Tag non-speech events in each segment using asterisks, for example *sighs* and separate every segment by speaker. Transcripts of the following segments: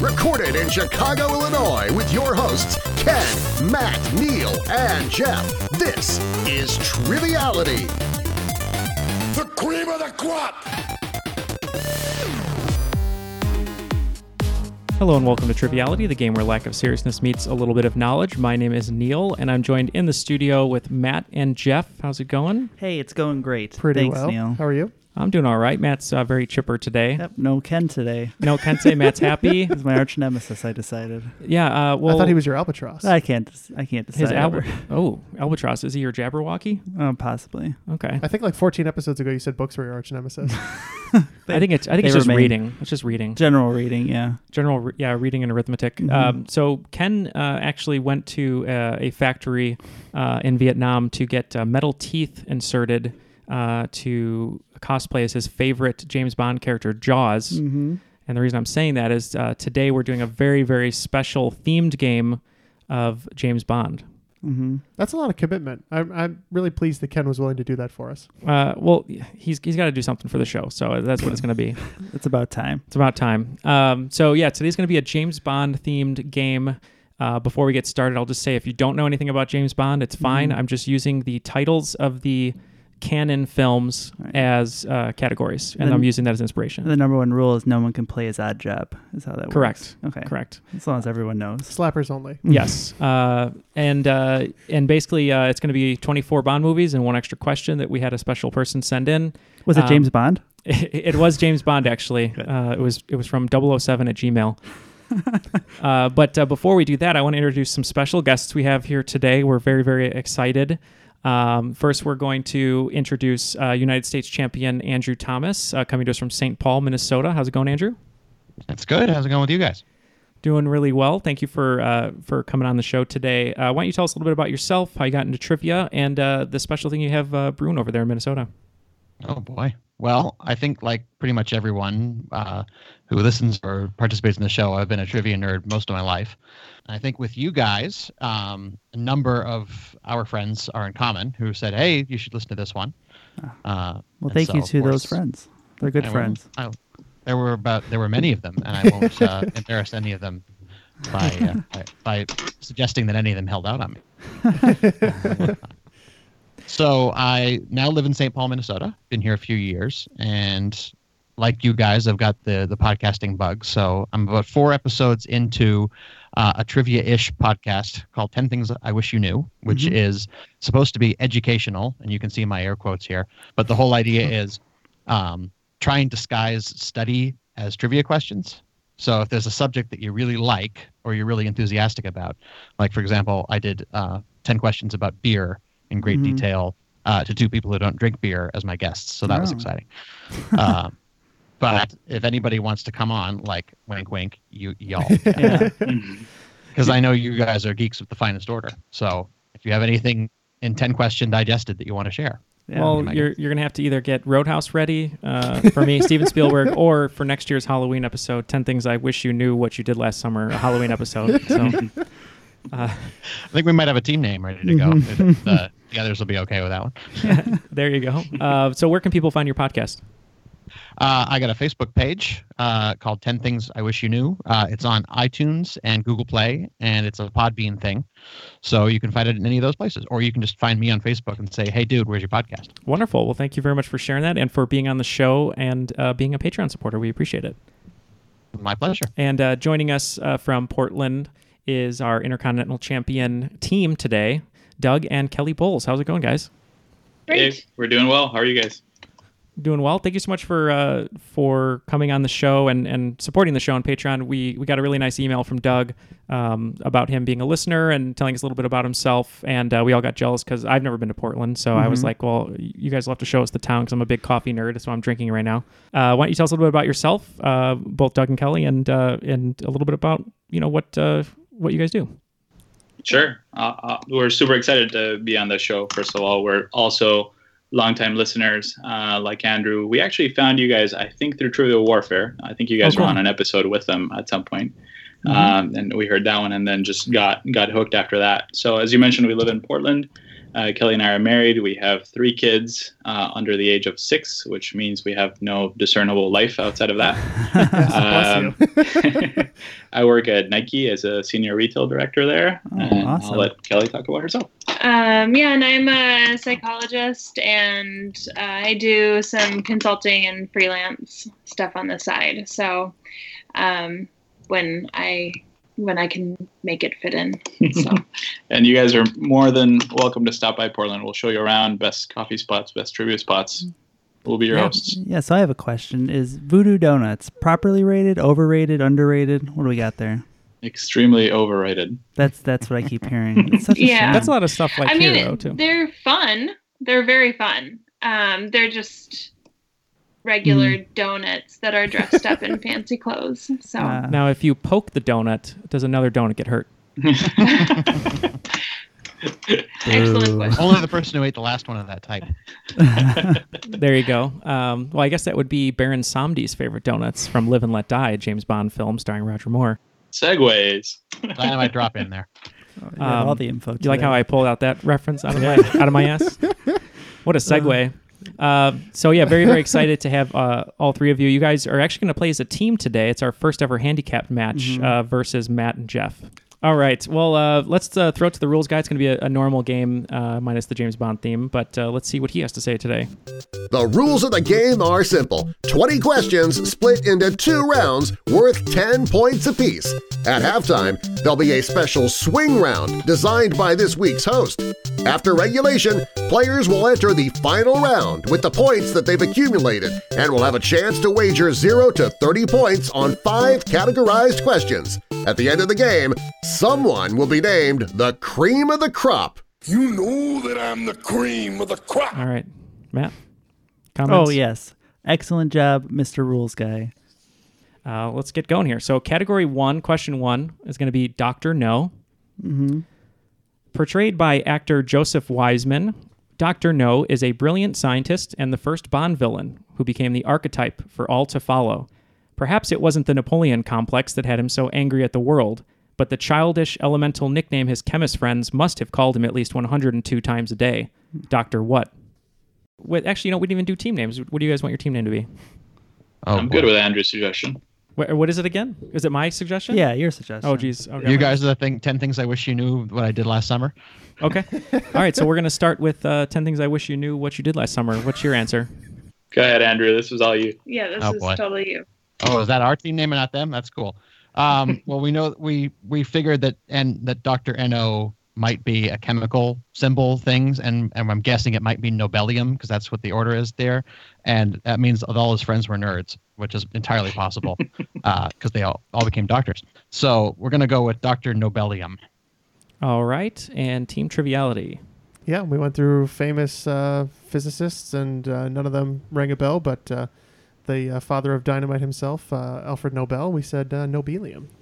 Speaker 1: Recorded in Chicago, Illinois, with your hosts, Ken, Matt, Neil, and Jeff. This is Triviality.
Speaker 2: The cream of the crop.
Speaker 3: Hello and welcome to Triviality, the game where lack of seriousness meets a little bit of knowledge. My name is Neil, and I'm joined in the studio with Matt and Jeff. How's it going?
Speaker 4: Hey, it's going great.
Speaker 5: Pretty
Speaker 4: Thanks,
Speaker 5: well.
Speaker 4: Neil.
Speaker 5: How are you?
Speaker 3: I'm doing all right. Matt's uh, very chipper today.
Speaker 4: Yep, no Ken today.
Speaker 3: No Kensei, Matt's
Speaker 4: *laughs*
Speaker 3: happy.
Speaker 4: He's my arch nemesis. I decided.
Speaker 3: Yeah. Uh, well,
Speaker 5: I thought he was your albatross.
Speaker 4: I can't. I can't decide.
Speaker 3: his
Speaker 4: ever.
Speaker 3: Albert. Oh, Albatross. Is he your Jabberwocky?
Speaker 4: Uh, possibly.
Speaker 3: Okay.
Speaker 5: I think like 14 episodes ago you said books were your arch nemesis.
Speaker 3: I think it's. I think
Speaker 4: They
Speaker 3: it's just
Speaker 4: remain-
Speaker 3: reading. It's just reading.
Speaker 4: General reading. Yeah. Mm-hmm.
Speaker 3: General, re- yeah, reading and arithmetic. Um, so Ken uh, actually went to uh, a factory uh, in Vietnam to get uh, metal teeth inserted uh, to cosplay as his favorite James Bond character, Jaws.
Speaker 4: Mm-hmm.
Speaker 3: And the reason I'm saying that is uh, today we're doing a very, very special themed game of James Bond.
Speaker 5: That's a lot of commitment. I'm, I'm really pleased that Ken was willing to do that for us.
Speaker 3: Uh, well, he's he's got to do something for the show, so that's what it's going to be.
Speaker 4: *laughs* It's about time.
Speaker 3: It's about time. Um, so yeah, today's going to be a James Bond themed game. Uh, before we get started, I'll just say if you don't know anything about James Bond, it's fine.
Speaker 4: Mm-hmm.
Speaker 3: I'm just using the titles of the canon films as uh, categories, and
Speaker 4: Then-
Speaker 3: I'm using that as inspiration.
Speaker 4: The number one rule is no one can play his odd job. Is how that
Speaker 3: Correct.
Speaker 4: works. Okay.
Speaker 3: Correct.
Speaker 4: As long as everyone knows. Mm.
Speaker 5: Slappers only.
Speaker 3: *laughs* yes. Uh, and uh, and basically, uh, it's going to be 24 Bond movies and one extra question that we had a special person send in.
Speaker 4: Was it
Speaker 3: Um,
Speaker 4: James Bond?
Speaker 3: *laughs* it, was James Bond actually. Uh, it was it was from 007 at Gmail. uh, but uh, before we do that, I want to introduce some special guests we have here today. We're very very excited. Um, first, we're going to introduce uh, United States champion Andrew Thomas, uh, coming to us from St. Paul, Minnesota. How's it going, Andrew?
Speaker 6: That's good. How's it going with you guys?
Speaker 3: Doing really well. Thank you for uh, for coming on the show today. Uh, why don't you tell us a little bit about yourself, how you got into trivia, and uh, the special thing you have uh, brewing over there in Minnesota?
Speaker 6: Oh boy. Well, I think like pretty much everyone uh, who listens or participates in the show, I've been a trivia nerd most of my life. And I think with you guys, um, a number of our friends are in common who said, "Hey, you should listen to this one." Uh,
Speaker 4: Ah. Well,
Speaker 6: and
Speaker 4: thank
Speaker 6: so,
Speaker 4: you
Speaker 6: of
Speaker 4: to those
Speaker 6: course,
Speaker 4: friends. They're good
Speaker 6: I won't-
Speaker 4: friends.
Speaker 6: I, there were about there were many of them, and I won't
Speaker 4: *laughs*
Speaker 6: uh, embarrass any of them by, uh, by by suggesting that any of them held out on me.
Speaker 4: *laughs*
Speaker 6: so I now live in St. Paul, Minnesota. Been here a few years, and like you guys, I've got the the podcasting bug. So I'm about four episodes into uh, a trivia-ish podcast called 10 Things I Wish You Knew, which
Speaker 4: Mm-hmm.
Speaker 6: is supposed to be educational, and you can see my air quotes here. But the whole idea is um, try and disguise study as trivia questions. So if there's a subject that you really like or you're really enthusiastic about, like for example, I did uh, 10 questions about beer in great
Speaker 4: Mm-hmm.
Speaker 6: detail uh, to two people who don't drink beer as my guests. So that was
Speaker 4: Oh. *laughs*
Speaker 6: exciting. um, but if anybody wants to come on, like wink, wink, you y'all,
Speaker 4: Yeah.
Speaker 6: because I know you guys are geeks of the finest order. So if you have anything in 10 question digested that you want to share,
Speaker 4: Yeah.
Speaker 3: well,
Speaker 6: my
Speaker 3: you're, you're going to have to either get Roadhouse ready uh, for me, *laughs* Steven Spielberg, or for next year's Halloween episode, 10 Things I Wish You Knew What You Did Last Summer, a Halloween episode.
Speaker 6: *laughs*
Speaker 3: So, uh,
Speaker 6: I think we might have a team name ready to go.
Speaker 3: Mm-hmm.
Speaker 6: the,
Speaker 3: *laughs*
Speaker 6: the- the others will be okay with that one.
Speaker 3: there you go. Uh, so, where can people find your podcast?
Speaker 6: Uh, I got a Facebook page uh, called 10 Things I Wish You Knew. Uh, it's on iTunes and Google Play, and it's a Podbean thing. So you can find it in any of those places. Or you can just find me on Facebook and say, hey, dude, where's your podcast?
Speaker 3: Wonderful. Well, thank you very much for sharing that and for being on the show and uh, being a Patreon supporter. We appreciate it.
Speaker 6: My pleasure.
Speaker 3: And uh, joining us uh, from Portland is our Intercontinental Champion team today, Doug and Kelly Bowles. How's it going, guys?
Speaker 7: Hey, we're doing well. How are you guys?
Speaker 3: Doing well. Thank you so much for uh, for coming on the show and, and supporting the show on Patreon. We we got a really nice email from Doug um, about him being a listener and telling us a little bit about himself. And uh, we all got jealous because I've never been to Portland, so I was
Speaker 4: Mhm.
Speaker 3: like, well, you guys will have to show us the town because I'm a big coffee nerd. So I'm drinking right now. Uh, why don't you tell us a little bit about yourself, uh, both Doug and Kelly, and uh, and a little bit about you know what uh, what you guys do.
Speaker 7: Sure. Uh, uh, we're super excited to be on the show. First of all, we're also longtime listeners uh, like Andrew. We actually found you guys, I think, through Trivial Warfare. I think you guys
Speaker 3: Oh,
Speaker 7: were
Speaker 3: cool.
Speaker 7: on an episode with them at some point.
Speaker 4: Mm-hmm.
Speaker 7: Um, and we heard that one and then just got, got hooked after that. So, as you mentioned, we live in Portland. Uh, Kelly and I are married. We have three kids uh, under the age of six, which means we have no discernible life outside
Speaker 4: *laughs*
Speaker 7: of that. Um, *laughs* I work at Nike as a senior retail director there. and
Speaker 4: Oh, awesome.
Speaker 7: I'll let Kelly talk about herself.
Speaker 8: Um, yeah, and I'm a psychologist, and uh, I do some consulting and freelance stuff on the side. So um, when I when I can make it fit in, so
Speaker 7: *laughs* And you guys are more than welcome to stop by Portland. We'll show you around best coffee spots, best trivia spots. We'll be your
Speaker 4: yeah.
Speaker 7: hosts.
Speaker 4: Yeah, so I have a question. Is Voodoo Donuts properly rated, overrated, underrated? What do we got there?
Speaker 7: Extremely overrated.
Speaker 4: That's that's what I keep hearing. It's such a
Speaker 8: Yeah.
Speaker 4: shame.
Speaker 8: That's a
Speaker 3: lot of stuff
Speaker 8: I mean they're fun. They're very fun. Um, they're just regular donuts that are dressed up in fancy clothes. So
Speaker 3: now, if you poke the donut, does another donut get hurt?
Speaker 8: Excellent
Speaker 6: Only the person who ate the last one of that type.
Speaker 3: there you go. Um, well, I guess that would be Baron Somdi's favorite donuts from Live and Let Die, a James Bond film starring Roger Moore.
Speaker 7: Segways.
Speaker 6: Dynamite drop in
Speaker 4: *laughs*
Speaker 6: there.
Speaker 4: got all the info
Speaker 3: Do Um, you like
Speaker 4: today.
Speaker 3: how I pulled out that reference out of my out of my ass? What a segue. Uh, so yeah, very very excited to have uh, all three of you. You guys are actually going to play as a team today. It's our first ever handicap match
Speaker 4: Mhm.
Speaker 3: uh, versus Matt and Jeff. All right. Well, uh, let's uh, throw it to the rules guy. It's going to be a, a normal game uh, minus the James Bond theme, but uh, let's see what he has to say today.
Speaker 1: The rules of the game are simple 20 questions split into two rounds worth 10 points apiece. At halftime, there'll be a special swing round designed by this week's host. After regulation, players will enter the final round with the points that they've accumulated and will have a chance to wager 0 to 30 points on five categorized questions. At the end of the game, someone will be named the cream of the crop.
Speaker 2: You know that I'm the cream of the crop.
Speaker 3: All right, Matt.
Speaker 4: Oh yes, excellent job, Mr. Rules guy.
Speaker 3: Uh, let's get going here. So, category one, question one is going to be Dr. No.
Speaker 4: Mhm.
Speaker 3: Portrayed by actor Joseph Wiseman, Dr. No is a brilliant scientist and the first Bond villain who became the archetype for all to follow. Perhaps it wasn't the Napoleon complex that had him so angry at the world, but the childish elemental nickname his chemist friends must have called him at least 102 times a day. Dr. What? Wait, actually, you know, we didn't even do team names. What do you guys want your team name to be?
Speaker 7: I'm good with Andrew's suggestion.
Speaker 3: Wha- what is it again? Is it my suggestion?
Speaker 4: Yeah, your suggestion.
Speaker 3: Oh, geez. Okay.
Speaker 6: You guys are the thing, 10 Things I Wish You Knew What I Did Last Summer. *laughs*
Speaker 3: Okay. All right. So we're gonna start with uh, ten things I wish you knew what you did last summer. What's your answer?
Speaker 7: Go ahead, Andrew. This was all you.
Speaker 8: yeah, this
Speaker 6: Oh,
Speaker 8: is
Speaker 6: boy.
Speaker 8: totally you.
Speaker 6: Oh, is that our team name and not them? That's cool. Um, well, we know we we figured that and that Doctor No might be a chemical symbol things, and and I'm guessing it might be nobelium because that's what the order is there, and that means that all his friends were nerds, which is entirely possible because they all all became doctors. So we're gonna go with Doctor Nobelium.
Speaker 3: All right. And team triviality.
Speaker 5: Yeah, we went through famous uh, physicists, and uh, none of them rang a bell, but uh, the uh, father of dynamite himself, uh, Alfred Nobel, we said uh, Nobelium. *laughs*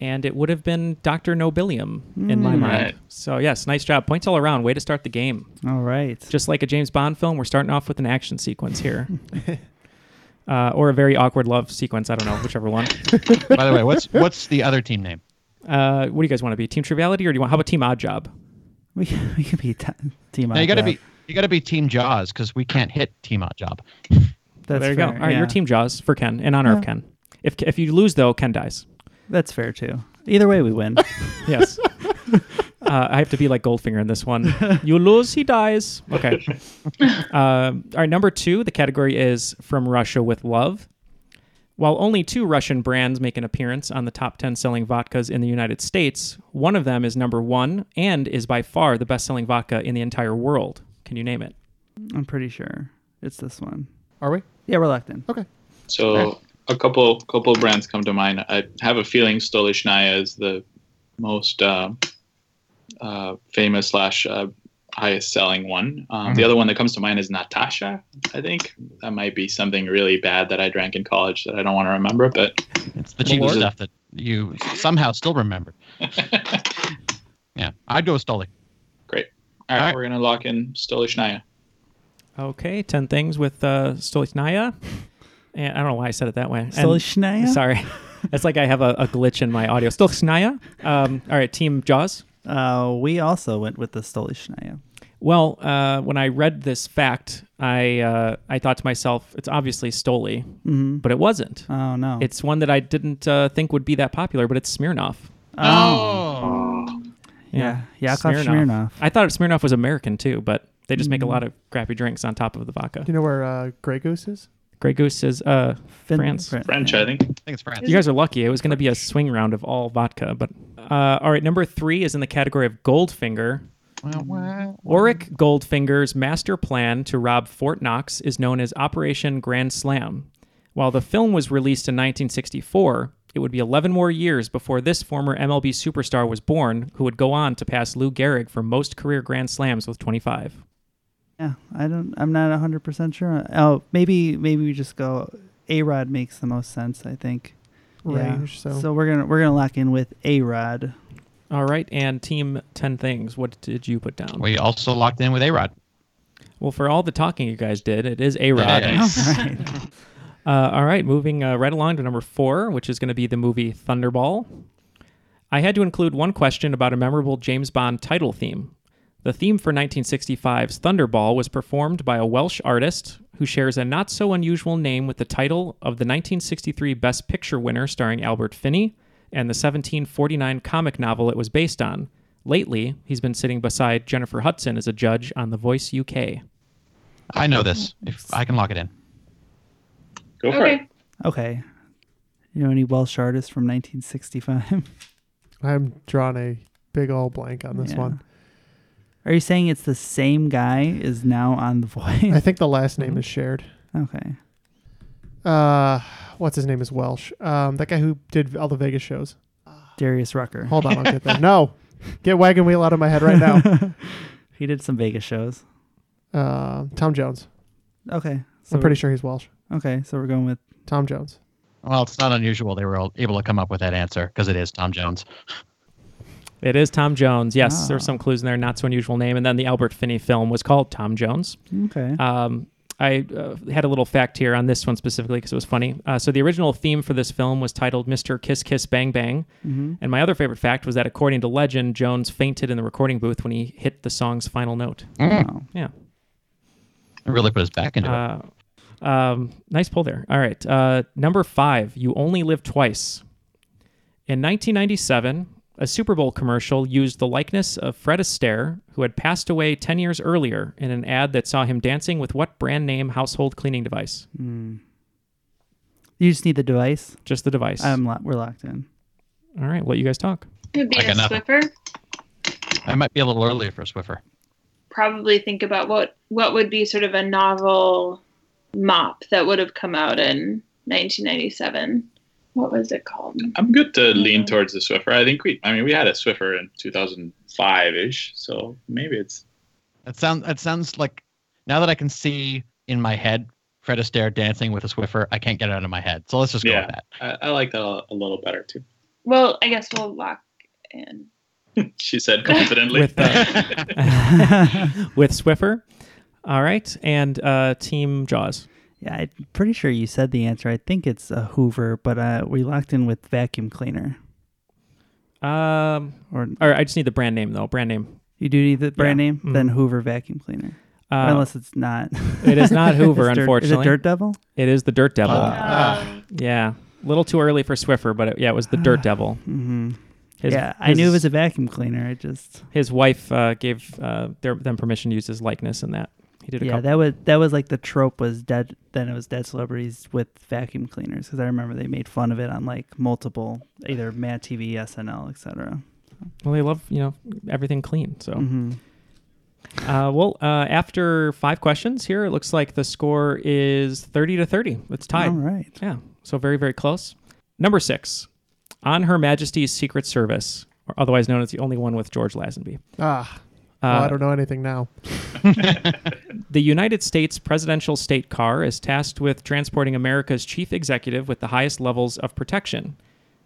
Speaker 3: And it would have been Doctor Nobilium in my
Speaker 4: Hmm.
Speaker 5: Mm.
Speaker 3: mind.
Speaker 5: Right.
Speaker 3: So yes, nice job. Points all around. Way to start the game.
Speaker 4: All right.
Speaker 3: Just like a James Bond film, we're starting off with an action sequence
Speaker 4: *laughs*
Speaker 3: here. Uh, or a very awkward love sequence. I don't know, whichever one.
Speaker 6: *laughs* By the way, what's what's the other team name?
Speaker 3: Uh, what do you guys want to be? Team Triviality, or do you want? How about Team Odd Job?
Speaker 4: We can, we can be t- team.
Speaker 6: Now you gotta
Speaker 4: Oddjob.
Speaker 6: be you gotta be Team Jaws because we can't hit Team Odd Job.
Speaker 4: That's
Speaker 3: there you go.
Speaker 4: fair,
Speaker 3: All right,
Speaker 4: yeah.
Speaker 3: your team Jaws for Ken in honor of
Speaker 4: Yeah.
Speaker 3: Ken. If if you lose though, Ken dies.
Speaker 4: That's fair too. Either way, we win.
Speaker 3: *laughs*
Speaker 4: *laughs*
Speaker 3: Yes. uh, I have to be like Goldfinger in this one. You lose, he dies. Okay. Um all right, number two, the category is From Russia with Love. While only two Russian brands make an appearance on the top 10 selling vodkas in the United States, one of them is number one and is by far the best selling vodka in the entire world. Can you name it?
Speaker 4: I'm pretty sure it's this one.
Speaker 5: Are we?
Speaker 4: Yeah, we're locked in.
Speaker 5: Okay.
Speaker 7: So a couple couple brands come to mind. I have a feeling Stolichnaya is the most uh, uh, famous slash uh, highest selling one. Um, The
Speaker 6: Mhm.
Speaker 7: other one that comes to mind is Natasha. I think that might be something really bad that I drank in college that I don't want to remember. But
Speaker 6: It's the cheap
Speaker 7: Lord.
Speaker 6: stuff that you somehow still remember. yeah, I'd go with Stoli.
Speaker 7: great. All right, we're gonna lock in Stolichnaya.
Speaker 3: Okay, 10 things with uh, Stolichnaya. And I don't know why I said it that way. And-
Speaker 4: Stolichnaya? *laughs*
Speaker 3: Sorry. It's like I have a, a glitch in my audio. Stolichnaya. Um, all right, Team Jaws.
Speaker 4: Uh, we also went with the Stolichnaya.
Speaker 3: Well, uh, when I read this fact, I uh, I thought to myself, it's obviously Stoli,
Speaker 4: Mhm.
Speaker 3: but it wasn't.
Speaker 4: Oh, no.
Speaker 3: It's one that I didn't uh, think would be that popular, but it's Smirnoff.
Speaker 6: Oh.
Speaker 4: Yeah, Yakov Smirnoff. Mm-hmm.
Speaker 3: I thought Smirnoff was American too, but they just make a lot of crappy drinks on top of the vodka.
Speaker 5: Do you know where uh, Grey Goose is?
Speaker 3: Grey Goose is uh, France.
Speaker 7: French, I think. I
Speaker 6: think it's France.
Speaker 3: You guys are lucky. It was going to be a swing round of all vodka, but uh, all right. Number three is in the category of Goldfinger. Oric Goldfinger's master plan to rob Fort Knox is known as Operation Grand Slam. While the film was released in 1964, it would be 11 more years before this former MLB superstar was born, who would go on to pass Lou Gehrig for most career Grand Slams with 25.
Speaker 4: Yeah, I don't. I'm not 100 percent sure. Oh, maybe maybe we just go. A Rod makes the most sense, I think.
Speaker 5: Range, so-
Speaker 4: so we're gonna we're gonna lock in with A Rod.
Speaker 3: All right, and Team 10 Things, what did you put down?
Speaker 6: We also locked in with A Rod.
Speaker 3: Well, for all the talking you guys did, it is A Rod.
Speaker 6: Yes. All
Speaker 3: *laughs* uh, all right, moving uh, right along to number four, which is going to be the movie Thunderball. I had to include one question about a memorable James Bond title theme. The theme for 1965's Thunderball was performed by a Welsh artist who shares a not so unusual name with the title of the 1963 Best Picture winner starring Albert Finney and the 1749 comic novel it was based on. Lately, he's been sitting beside Jennifer Hudson as a judge on The Voice UK.
Speaker 6: I know this. If I can lock it in.
Speaker 7: Go
Speaker 8: for Okay.
Speaker 4: Okay. You know any Welsh artists from 1965?
Speaker 5: *laughs* I'm drawing a big old blank on this
Speaker 4: Yeah.
Speaker 5: one.
Speaker 4: Are you saying it's the same guy is now on The Voice?
Speaker 5: I think the last name is shared.
Speaker 4: Okay.
Speaker 5: Uh, what's his name is Welsh. Um, that guy who did all the Vegas shows.
Speaker 4: Darius Rucker.
Speaker 5: Hold on, I'll get there.
Speaker 4: *laughs*
Speaker 5: No, get wagon wheel out of my head right now.
Speaker 4: he did some Vegas shows.
Speaker 5: Uh, Tom Jones.
Speaker 4: Okay. so
Speaker 5: I'm pretty sure he's Welsh.
Speaker 4: Okay, so we're going with
Speaker 5: Tom Jones.
Speaker 6: Well, it's not unusual they were all able to come up with that answer because it is Tom Jones.
Speaker 3: It is Tom Jones. Yes,
Speaker 6: Ah.
Speaker 3: there's some clues in there. Not so unusual name. And then the Albert Finney film was called Tom Jones.
Speaker 4: Okay.
Speaker 3: Um, I uh, had a little fact here on this one specifically because it was funny. Uh, so the original theme for this film was titled "Mr. Kiss Kiss Bang Bang,"
Speaker 4: Mhm.
Speaker 3: and my other favorite fact was that according to legend, Jones fainted in the recording booth when he hit the song's final note.
Speaker 6: Mm.
Speaker 3: Yeah.
Speaker 6: It really put us back into it.
Speaker 3: Uh, um, nice pull there. All right. Uh, number five, You Only Live Twice. In 1997, a Super Bowl commercial used the likeness of Fred Astaire, who had passed away 10 years earlier, in an ad that saw him dancing with what brand name household cleaning device?
Speaker 4: Hmm. You just need the device.
Speaker 3: Just the device.
Speaker 4: I'm lo- we're locked in.
Speaker 3: All right, let you guys talk.
Speaker 8: Could be
Speaker 6: I
Speaker 8: a
Speaker 6: got nothing.
Speaker 8: Swiffer.
Speaker 6: I might be a little early for a Swiffer.
Speaker 8: Probably think about what what would be sort of a novel mop that would have come out in 1997. What was it called?
Speaker 7: I'm good to lean towards the Swiffer. I think we, I mean, we had a Swiffer in 2005 ish, so maybe it's
Speaker 6: That sounds. That sounds like now that I can see in my head Fred Astaire dancing with a Swiffer, I can't get it out of my head. So let's just go
Speaker 7: yeah.
Speaker 6: with that.
Speaker 7: I, I like that a, a little better too.
Speaker 8: Well, I guess we'll lock in.
Speaker 6: *laughs*
Speaker 7: She said confidently.
Speaker 3: With,
Speaker 6: uh,
Speaker 3: uh, *laughs* with Swiffer. All right. And uh, Team Jaws.
Speaker 4: Yeah, I'm pretty sure you said the answer. I think it's a Hoover, but uh, we locked in with vacuum cleaner.
Speaker 3: Um,
Speaker 4: or,
Speaker 3: I just need the brand name, though. Brand name.
Speaker 4: You do need the brand
Speaker 3: Yeah.
Speaker 4: name, then
Speaker 3: Mhm.
Speaker 4: Hoover vacuum cleaner.
Speaker 3: Uh,
Speaker 4: Unless it's not.
Speaker 3: *laughs* It
Speaker 4: *laughs*
Speaker 3: is not Hoover,
Speaker 4: It's dirt- is it
Speaker 3: unfortunately.
Speaker 4: Dirt Devil?
Speaker 3: It is the Dirt Devil.
Speaker 4: Ah.
Speaker 3: Yeah, a little too early for Swiffer, but it, yeah, it was
Speaker 4: *sighs*
Speaker 3: the Dirt Devil.
Speaker 4: Mhm.
Speaker 3: His-
Speaker 4: yeah, I knew it
Speaker 3: his-
Speaker 4: was a vacuum cleaner. I just
Speaker 3: His wife uh, gave uh, their, them permission to use his likeness in that. He did a
Speaker 4: yeah,
Speaker 3: couple.
Speaker 4: that was that was like the trope was dead. Then it was dead celebrities with vacuum cleaners because I remember they made fun of it on like multiple either Mad TV, SNL, etc.
Speaker 3: Well, they love you know everything clean. So,
Speaker 5: Mm-hmm.
Speaker 4: Mhm.
Speaker 3: uh, well, uh, after five questions here, it looks like the score is thirty to thirty. It's tied.
Speaker 4: All right.
Speaker 3: Yeah. So very very close. Number six, on Her Majesty's Secret Service, or otherwise known as the only one with George Lazenby.
Speaker 5: Ah,
Speaker 3: Uh,
Speaker 5: well, I don't know anything
Speaker 7: *laughs*
Speaker 5: now.
Speaker 3: The United States presidential state car is tasked with transporting America's chief executive with the highest levels of protection.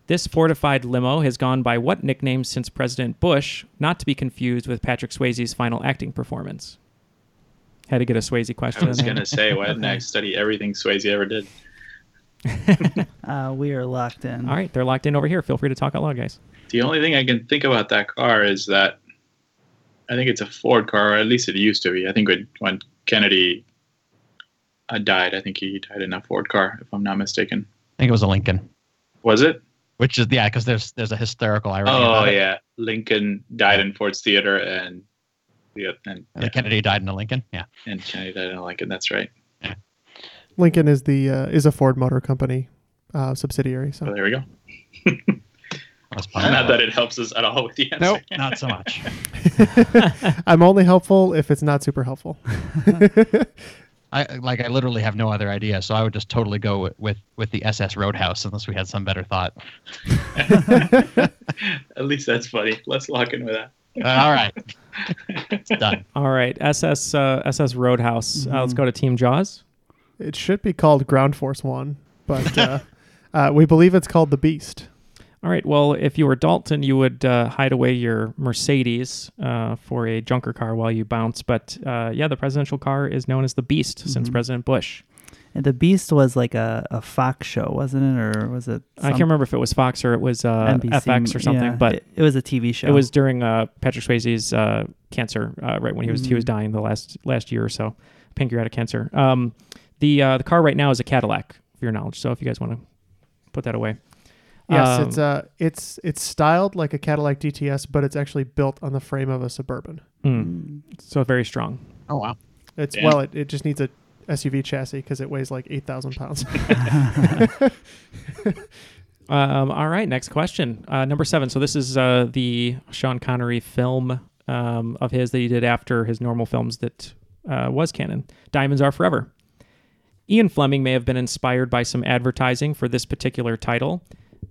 Speaker 3: This fortified limo has gone by what nickname since President Bush, not to be confused with Patrick Swayze's final acting performance? Had to get a Swayze question.
Speaker 7: I was gonna say, why didn't I study everything Swayze ever did?
Speaker 4: *laughs* Uh, we are locked in.
Speaker 3: All right, they're locked in over here. Feel free to talk out loud, guys.
Speaker 7: The only thing I can think about that car is that I think it's a Ford car, or at least it used to be. I think when, when Kennedy uh, died, I think he died in a Ford car, if I'm not mistaken.
Speaker 6: I think it was a Lincoln,
Speaker 7: Was it?
Speaker 6: which is yeah, because there's there's a hysterical irony.
Speaker 7: Oh
Speaker 6: about it.
Speaker 7: yeah, Lincoln died in Ford's Theater, and yeah, and,
Speaker 6: And Kennedy died in a Lincoln. Yeah.
Speaker 7: and Kennedy died in a Lincoln. That's right.
Speaker 5: Lincoln is the uh, is a Ford Motor Company uh, subsidiary. So
Speaker 7: Well, Oh, there we go. *laughs*
Speaker 6: fine.
Speaker 7: Not that it helps us at all with the answer.
Speaker 6: Nope, not so much.
Speaker 5: *laughs*
Speaker 7: *laughs*
Speaker 5: I'm only helpful if it's not super
Speaker 4: *laughs*
Speaker 5: helpful.
Speaker 6: I like I literally have no other idea, so I would just totally go with with, with the SS Roadhouse unless we had some better
Speaker 7: *laughs*
Speaker 6: thought.
Speaker 7: At least that's funny. Let's lock in with that.
Speaker 3: Uh,
Speaker 6: All right,
Speaker 7: *laughs*
Speaker 6: it's done.
Speaker 3: All right, SS uh, SS Roadhouse. Uh,
Speaker 4: Mm-hmm.
Speaker 3: let's go to Team Jaws.
Speaker 5: It should be called Ground Force One, but
Speaker 3: *laughs*
Speaker 5: uh, uh, we believe it's called the Beast.
Speaker 3: All right. Well, if you were Dalton, you would uh, hide away your Mercedes uh, for a junker car while you bounce. But uh, yeah, the presidential car is known as the Beast since
Speaker 4: Mhm.
Speaker 3: President Bush.
Speaker 4: And the Beast was like a, a Fox show, wasn't it, or was it?
Speaker 3: I can't
Speaker 4: some-
Speaker 3: remember if it was Fox or it was uh,
Speaker 4: NBC,
Speaker 3: FX or something,
Speaker 4: yeah.
Speaker 3: but
Speaker 4: It- it was a TV show.
Speaker 3: It was during uh, Patrick Swayze's uh, cancer, uh, right when he was he was
Speaker 4: Mhm.
Speaker 3: dying the last last year or so, pancreatic cancer. Um, the uh, the car right now is a Cadillac, for your knowledge. So if you guys want to put that away,
Speaker 5: Yes,
Speaker 3: Um,
Speaker 5: it's uh, it's it's styled like a Cadillac DTS, but it's actually built on the frame of a Suburban.
Speaker 3: mm, so very strong.
Speaker 6: Oh wow.
Speaker 5: It's
Speaker 7: Yeah.
Speaker 5: well, it, it just needs a SUV chassis because it weighs like eight thousand pounds. *laughs* Uh,
Speaker 3: Um, all right, next question. Uh, number seven. So this is uh, the Sean Connery film um, of his that he did after his normal films that uh, was canon. Diamonds Are Forever. Ian Fleming may have been inspired by some advertising for this particular title.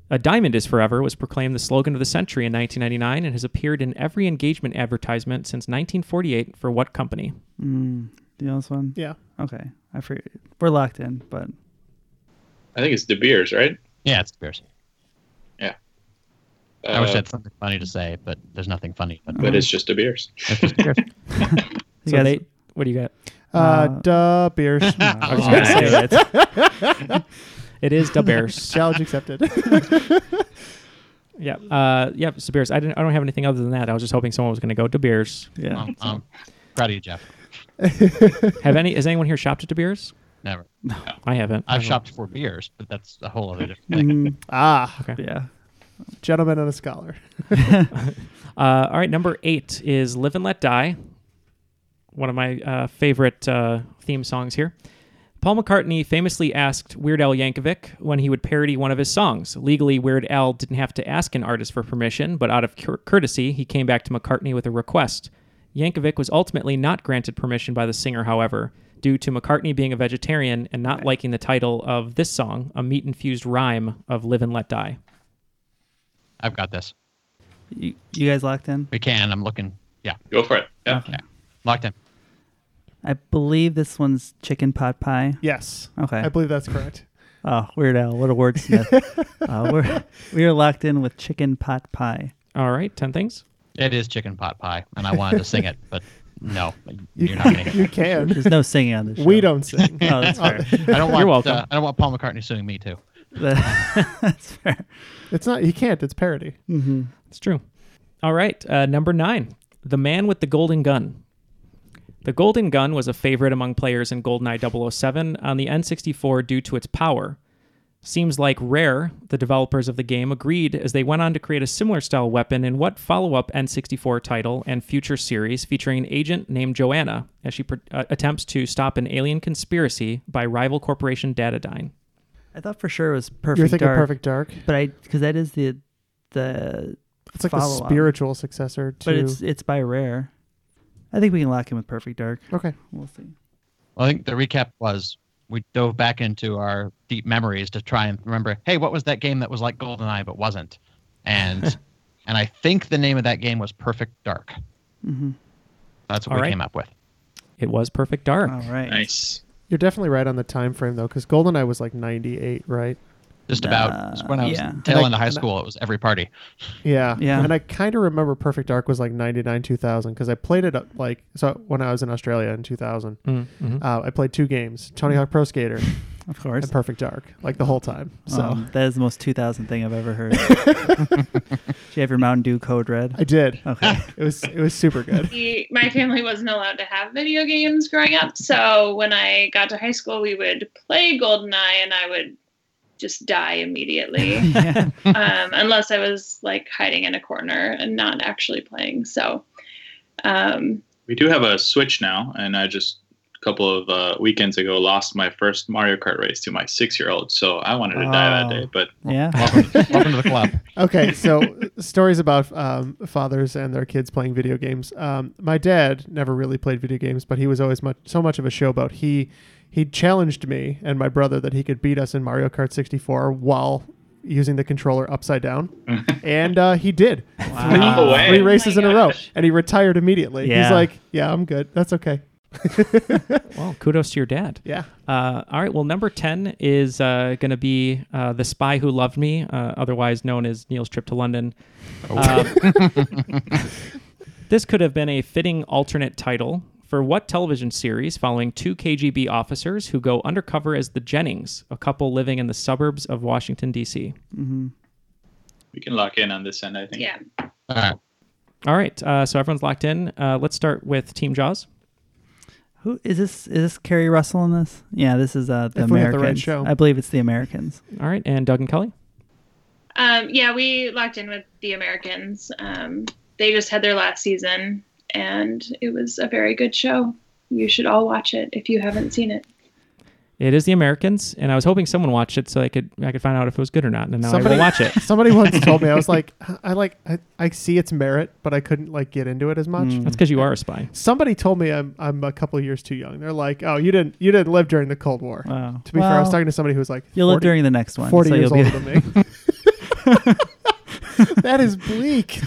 Speaker 3: A diamond is forever was proclaimed the slogan of the century in 1999 and has appeared in every engagement advertisement since 1948 for what company?
Speaker 4: Mm, do you know this one?
Speaker 5: Yeah.
Speaker 4: Okay. I forget. We're locked in, but
Speaker 7: I think it's De Beers, right?
Speaker 6: Yeah, it's Bears.
Speaker 7: Uh,
Speaker 6: I wish I had something funny to say, but there's nothing funny. But
Speaker 7: but it's just De Beers. *laughs*
Speaker 4: You
Speaker 3: So
Speaker 4: guys-
Speaker 3: they, what do you got?
Speaker 5: uh, duh,
Speaker 3: *laughs*
Speaker 5: beers.
Speaker 3: I was gonna say
Speaker 5: *laughs*
Speaker 3: *laughs* it. it is the Bears.
Speaker 5: Challenge accepted.
Speaker 3: *laughs* Yeah. Uh, yeah, so beers. I didn't I don't have anything other than that. I was just hoping someone was gonna go to beers.
Speaker 4: yeah.
Speaker 6: um, um, proud of you,
Speaker 4: *laughs*
Speaker 6: Jeff.
Speaker 3: Have any has anyone here shopped at De Beers?
Speaker 6: Never.
Speaker 3: I haven't. I
Speaker 6: I've
Speaker 3: don't-
Speaker 6: shopped for beers, but that's a whole other different thing.
Speaker 4: Mhm.
Speaker 5: ah,
Speaker 3: Okay.
Speaker 4: yeah.
Speaker 5: gentleman and a scholar.
Speaker 3: Uh, all right, number eight is Live and Let Die. One of my uh, favorite uh, theme songs here. Paul McCartney famously asked Weird Al Yankovic when he would parody one of his songs. Legally, Weird Al didn't have to ask an artist for permission, but out of cour- courtesy, he came back to McCartney with a request. Yankovic was ultimately not granted permission by the singer, however, due to McCartney being a vegetarian and not liking the title of this song, a meat infused rhyme of Live and Let Die.
Speaker 6: I've got this.
Speaker 4: You, you guys locked in?
Speaker 6: We can. I'm looking. Yeah,
Speaker 7: Go for it. Yeah.
Speaker 6: locked in.
Speaker 4: I believe this one's chicken pot pie.
Speaker 5: Yes.
Speaker 4: Okay.
Speaker 5: I believe that's correct.
Speaker 4: *laughs* Oh, Weird Al, what
Speaker 5: *laughs*
Speaker 4: a wordsmith. uh, we're we are locked in with chicken pot pie.
Speaker 3: All right, 10 things.
Speaker 6: It is chicken pot pie, and I wanted to sing it, but no, you're not gonna. Hear
Speaker 5: You
Speaker 6: it.
Speaker 5: can.
Speaker 4: There's no singing on this. Show.
Speaker 5: we don't sing.
Speaker 4: *laughs* Oh, that's fair.
Speaker 6: I
Speaker 5: *laughs*
Speaker 6: don't want.
Speaker 3: You're welcome.
Speaker 6: uh, I don't want Paul McCartney suing me
Speaker 4: *laughs*
Speaker 6: too. *laughs*
Speaker 4: that's fair.
Speaker 5: It's not. You can't. It's parody.
Speaker 4: Mm-hmm.
Speaker 3: It's true. All right, uh, number nine, the man with the golden gun. The Golden Gun was a favorite among players in GoldenEye 007 on the N64 due to its power. Seems like Rare, the developers of the game, agreed as they went on to create a similar style weapon in what follow up N64 title and future series featuring an agent named Joanna as she pr- uh, attempts to stop an alien conspiracy by rival corporation Datadyne.
Speaker 4: I thought for sure it was perfect.
Speaker 5: thinking
Speaker 4: dark,
Speaker 5: Perfect Dark.
Speaker 4: but I because that is the the
Speaker 5: It's like the
Speaker 4: follow-on.
Speaker 5: spiritual successor to.
Speaker 4: but it's it's by Rare. I think we can lock him with Perfect Dark.
Speaker 5: Okay.
Speaker 4: we'll see.
Speaker 6: Well, I think the recap was we dove back into our deep memories to try and remember, hey, what was that game that was like GoldenEye but wasn't?
Speaker 4: *laughs*
Speaker 6: And and I think the name of that game was Perfect Dark.
Speaker 4: Mm-hmm.
Speaker 6: That's what
Speaker 3: All
Speaker 6: we
Speaker 3: right.
Speaker 6: came up with.
Speaker 3: It was Perfect Dark.
Speaker 4: All right.
Speaker 7: Nice.
Speaker 5: You're definitely right on the time frame though, because GoldenEye was like '98, right?
Speaker 6: Just
Speaker 4: Nah,
Speaker 6: about just when I was
Speaker 4: yeah.
Speaker 6: tail
Speaker 5: And I-
Speaker 6: end of high
Speaker 5: and I-
Speaker 6: school, it was every party.
Speaker 5: Yeah,
Speaker 4: Yeah.
Speaker 5: And I kind of remember Perfect Dark was like '99, 2000, because I played it uh, like so when I was in Australia in 2000.
Speaker 3: Mm, mhm.
Speaker 5: Uh, I played two games: Tony Hawk Pro Skater
Speaker 4: *laughs* Of course.
Speaker 5: and Perfect Dark, like the whole time. So
Speaker 4: Um, that is the most 2000 thing I've
Speaker 5: *laughs*
Speaker 4: ever heard. *laughs* Did you have your Mountain Dew Code Red?
Speaker 5: I did.
Speaker 4: Okay.
Speaker 5: *laughs* It was it was super good.
Speaker 8: We- my family wasn't allowed to have video games growing up, so when I got to high school, we would play GoldenEye, and I would just die immediately,
Speaker 4: yeah.
Speaker 8: um, unless I was like hiding in a corner and not actually playing. So, um,
Speaker 7: We do have a Switch now, and I just a couple of uh, weekends ago lost my first Mario Kart race to my six-year-old, so I wanted to die that
Speaker 4: Oh.
Speaker 7: day. But
Speaker 4: Yeah.
Speaker 6: Welcome, welcome to the club.
Speaker 5: *laughs* Okay, so stories about um, fathers and their kids playing video games. Um, my dad never really played video games, but he was always much so much of a showboat. He he challenged me and my brother that he could beat us in Mario Kart 64 while using the controller upside
Speaker 7: *laughs*
Speaker 5: down, and uh, he did three,
Speaker 7: No way.
Speaker 5: three
Speaker 8: Oh my
Speaker 5: races in a row,
Speaker 8: gosh.
Speaker 5: and he retired immediately. He's
Speaker 4: Yeah.
Speaker 5: like, "Yeah, I'm good. That's okay."
Speaker 3: Well, kudos to your dad.
Speaker 5: Yeah.
Speaker 3: Uh, all right. Well, number 10 is uh, going to be uh, The Spy Who Loved Me, uh, otherwise known as Neil's Trip to London.
Speaker 6: Oh. *laughs*
Speaker 3: Uh, *laughs* this could have been a fitting alternate title for what television series following two KGB officers who go undercover as the Jennings, a couple living in the suburbs of Washington, D.C.?
Speaker 7: we can lock in on this end, I think.
Speaker 8: yeah.
Speaker 6: All right.
Speaker 3: All right. Uh, so everyone's locked in. Uh, let's start with Team Jaws.
Speaker 4: *laughs* Who is this? Is this Carrie Russell in this? Yeah, this is uh, the
Speaker 5: If we have
Speaker 4: Americans.
Speaker 5: the right show.
Speaker 4: I believe it's the Americans.
Speaker 3: All right. And Doug and Kelly.
Speaker 8: Um, yeah, we locked in with the Americans. Um, they just had their last season, and it was a very good show. You should all watch it if you haven't seen it.
Speaker 3: It is the Americans, and I was hoping someone watched it so I could I could find out if it was good or not. And now I
Speaker 5: Somebody-
Speaker 3: will watch it.
Speaker 5: *laughs*
Speaker 7: *laughs*
Speaker 5: Somebody
Speaker 3: *laughs*
Speaker 5: once told me I was like, "I like I, I see its merit, but I couldn't like get into it as much."
Speaker 3: Mm. That's because you are a spy.
Speaker 5: Somebody told me I'm I'm a couple of years too young. They're like, oh, you didn't you didn't live during the Cold War.
Speaker 3: Oh.
Speaker 4: Wow.
Speaker 5: To be fair, I was
Speaker 4: Well,
Speaker 5: talking to somebody who was like,
Speaker 4: You'll live
Speaker 5: 40
Speaker 4: during the next one.
Speaker 5: 40
Speaker 4: so
Speaker 5: years
Speaker 4: you'll be-
Speaker 5: older than me.
Speaker 4: *laughs*
Speaker 5: that is bleak.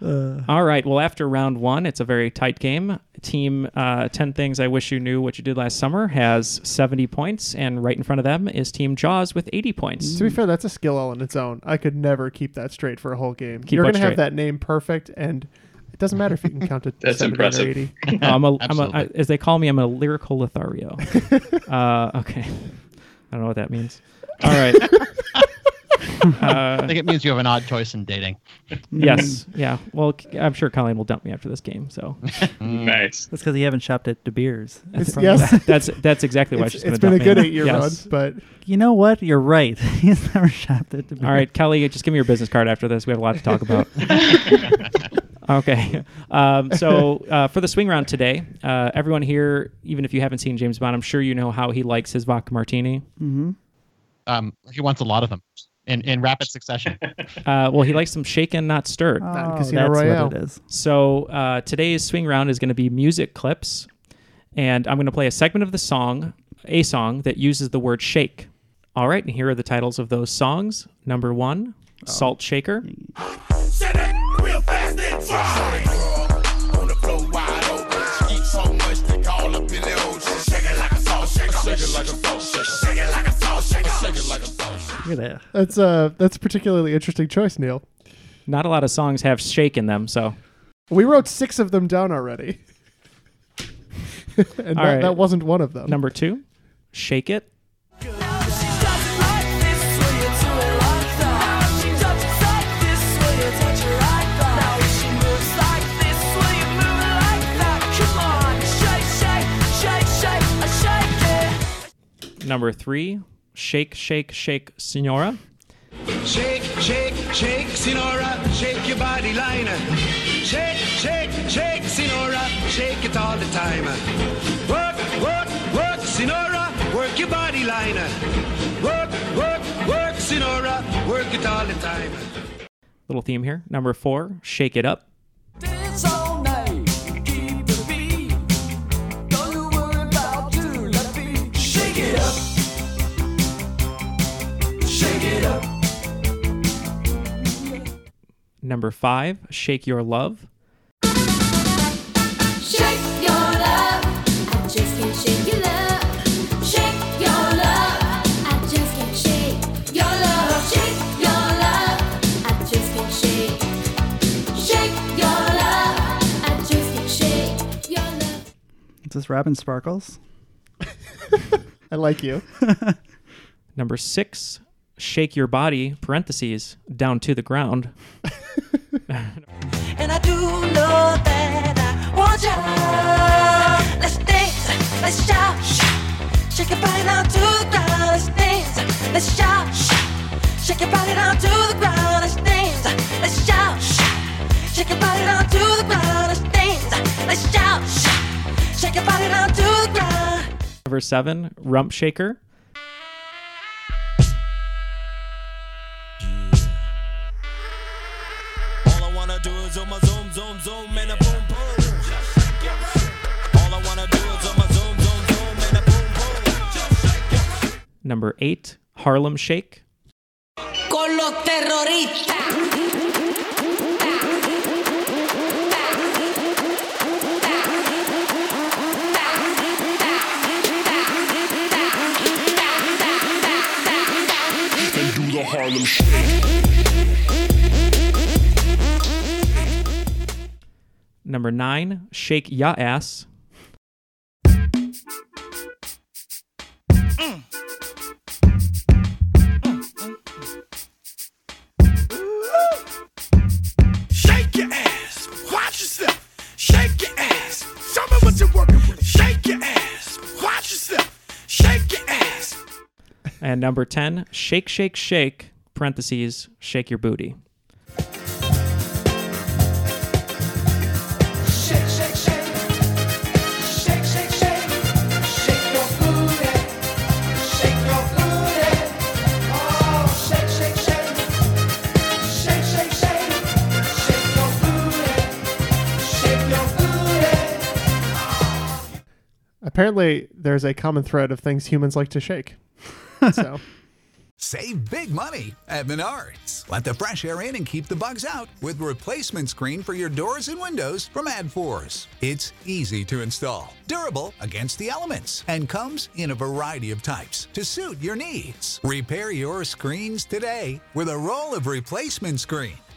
Speaker 7: Uh.
Speaker 3: All right. Well, after round one, it's a very tight game. Team uh, 10 Things I Wish You Knew What You Did Last Summer has 70 points, and right in front of them is Team Jaws with 80 points.
Speaker 5: to be fair, that's a skill all on its own. I could never keep that straight for a whole game.
Speaker 3: Keep
Speaker 5: You're
Speaker 3: what
Speaker 5: gonna have
Speaker 3: straight?
Speaker 5: that name perfect, and it doesn't matter if you can count to
Speaker 7: *laughs* That's
Speaker 5: 70 or
Speaker 7: impressive.
Speaker 3: *laughs*
Speaker 5: 80.
Speaker 3: I'm
Speaker 7: *laughs*
Speaker 3: a, I'm a,
Speaker 6: Absolutely.
Speaker 3: I, as they call me, I'm a lyrical Lothario.
Speaker 5: *laughs*
Speaker 3: uh, okay. I don't know what that means.
Speaker 5: *laughs*
Speaker 3: All right.
Speaker 6: I think it means you have an odd choice in dating.
Speaker 3: yes.
Speaker 5: Mm.
Speaker 3: Yeah. Well, c- I'm sure Colleen will dump me after this game.
Speaker 7: *laughs*
Speaker 3: So
Speaker 7: Nice.
Speaker 4: That's because you haven't shopped at De Beers.
Speaker 5: It's- yes,
Speaker 3: that's that's exactly why
Speaker 5: it's,
Speaker 3: she's
Speaker 5: it's
Speaker 3: gonna
Speaker 5: been a
Speaker 3: dump me.
Speaker 5: good eight year
Speaker 3: Yes.
Speaker 5: run, but
Speaker 4: You know what? You're right. *laughs* He's never shopped at De Beers.
Speaker 3: All right, Kelly, just give me your business card after this. We have a lot to talk about. okay. Um, so, uh, for the swing round today, uh, everyone here, even if you haven't seen James Bond, I'm sure you know how he likes his vodka martini.
Speaker 6: Um, he wants a lot of them in, in rapid succession.
Speaker 3: Uh, well, he likes them shaken, not stirred.
Speaker 5: Not in
Speaker 4: Oh,
Speaker 5: Casino
Speaker 4: that's
Speaker 5: Royale.
Speaker 4: what it is.
Speaker 3: So, uh, today's swing round is going to be music clips, and I'm going to play a segment of the song, a song that uses the word shake. All right, and here are the titles of those songs. Number one,
Speaker 5: Oh.
Speaker 3: Salt Shaker.
Speaker 2: Set it real fast and dry. On the floor wide open. Eat so much they call up in the ocean. Shake it like a salt shaker. Shake it like a salt shaker. Shake it like a salt shaker. Shake it like a salt shaker.
Speaker 4: Look at that.
Speaker 5: that's uh that's a particularly interesting choice, Neil.
Speaker 3: Not a lot of songs have shake in them, so.
Speaker 5: We wrote six of them down already. *laughs* and that,
Speaker 3: All right.
Speaker 5: that wasn't one of them.
Speaker 3: Number two, Shake It.
Speaker 9: Now if she moves like this, will you move like that? Keep
Speaker 3: Number three, Shake, Shake, Shake, Senora.
Speaker 2: Shake, shake, shake, Sinora, shake your body liner. Shake, shake, shake, Sinora, shake it all the time. Work, work, work, Sinora, work your body liner. Work, work, work, Sinora, work it all the time.
Speaker 3: Little theme here. Number four, Shake It Up.
Speaker 10: Dance all night, keep the beat. Don't you worry about you, let me shake it up. Shake it up.
Speaker 3: Number five, Shake Your Love.
Speaker 10: Shake your love. I just can't shake your love. Shake your love. I just can't shake your love. Shake your love. I just can't shake. Shake your love. I just can't shake your love.
Speaker 4: Is this Robin Sparkles?
Speaker 5: *laughs* I like you.
Speaker 3: Number six, Shake Your Body, parentheses, down to the ground.
Speaker 10: And I do know that I want ya. Let's dance, let's shout, shake your body down to the ground. Let's dance, let's shout, shake your body down to the ground. Let's dance, let's shout, shake your body down to the ground. Let's dance, let's shout, shake your body down to the ground.
Speaker 3: Number seven, Rump Shaker.
Speaker 2: All I wanna do is on my zoom, zoom, zoom, and a boom, boom. All I wanna do is on my zoom, zoom, zoom, and a boom, boom.
Speaker 3: Number eight, Harlem Shake.
Speaker 10: con los terroristas.
Speaker 3: Number nine, Shake Ya Ass.
Speaker 2: Shake your ass, watch yourself. Shake your ass, tell me what you're working with. Shake your ass, watch yourself. Shake your ass.
Speaker 3: And number 10, Shake, Shake, Shake, parentheses, Shake Your Booty.
Speaker 10: Shake, shake, shake, shake, shake, shake, shake your booty, shake your booty, oh, shake, shake, shake, shake, shake, shake, shake your booty, shake your booty.
Speaker 5: Apparently, there's a common thread of things humans like to
Speaker 4: *laughs*
Speaker 5: shake. So,
Speaker 11: Save big money at Menards. Let the fresh air in and keep the bugs out with replacement screen for your doors and windows from AdForce. It's easy to install, durable against the elements, and comes in a variety of types to suit your needs. Repair your screens today with a roll of replacement screen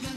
Speaker 10: Menards.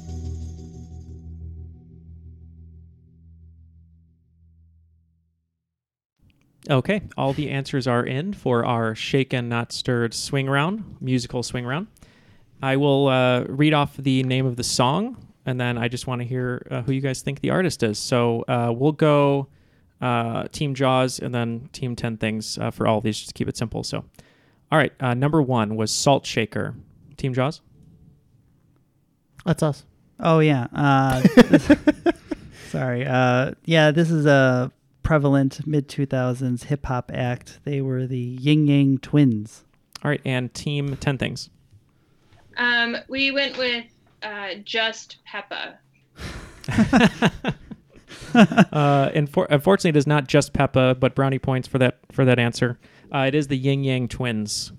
Speaker 3: Okay, all the answers are in for our shaken, not stirred swing round, musical swing round. I will uh, read off the name of the song, and then I just want to hear uh, who you guys think the artist is. So uh, we'll go uh, Team Jaws and then Team 10 Things uh, for all these, just to keep it simple. So, all right, uh, number one was Salt Shaker, Team Jaws?
Speaker 5: That's us.
Speaker 4: Oh
Speaker 5: *laughs*
Speaker 4: yeah. Uh, *laughs* sorry. Uh, yeah, this is a prevalent mid two thousands hip hop act. They were the Ying Yang Twins.
Speaker 3: All right, and Team Ten Things.
Speaker 8: Um, we went with uh, just Peppa.
Speaker 3: uh, and for, unfortunately, it is not just Peppa, but brownie points for that for that answer. Uh, it is the Ying Yang Twins.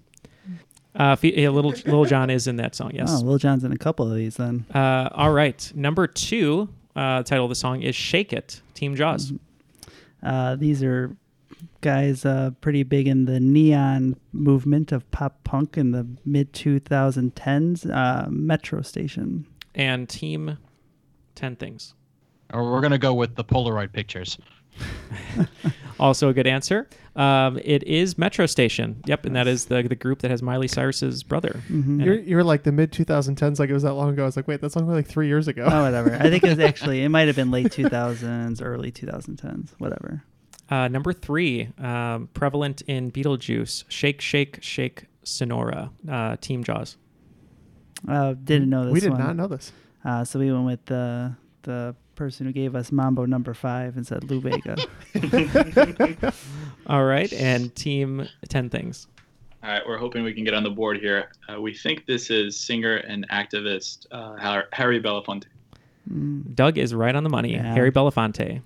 Speaker 3: Uh, fe- yeah, little Little John is in that song. Yes.
Speaker 4: Oh, Lil Jon's in a couple of these then.
Speaker 3: Uh, all right. Number two, uh, the title of the song is Shake It, Team Jaws.
Speaker 4: Uh, these are guys uh, pretty big in the neon movement of pop punk in the mid 2010s. Uh, Metro Station.
Speaker 3: And Team 10 Things.
Speaker 6: Or we're going to go with the Polaroid pictures.
Speaker 3: *laughs* Also a good answer. Um, it is Metro Station. Yep. And that is the, the group that has Miley Cyrus's brother.
Speaker 4: Mm-hmm.
Speaker 3: in
Speaker 5: You're, you're like the mid 2010s, like it was that long ago. I was like, wait, that song was like three years ago.
Speaker 4: Oh, whatever. I
Speaker 5: *laughs*
Speaker 4: think it was actually, it might have been late 2000s, early 2010s, whatever.
Speaker 3: Uh, number three, um, prevalent in Beetlejuice, Shake, Shake, Shake Sonora, uh, Team Jaws.
Speaker 4: Uh, didn't know this.
Speaker 5: We did
Speaker 4: one.
Speaker 5: not know this.
Speaker 4: Uh, so we went with the the person who gave us Mambo Number Five and said
Speaker 5: *laughs*
Speaker 4: Lou Vega.
Speaker 3: All right. And Team 10 Things.
Speaker 7: All right, we're hoping we can get on the board here. Uh, we think this is singer and activist uh, Har- Harry Belafonte.
Speaker 5: Hmm.
Speaker 3: Doug is right on the money.
Speaker 7: Yeah.
Speaker 3: Harry Belafonte.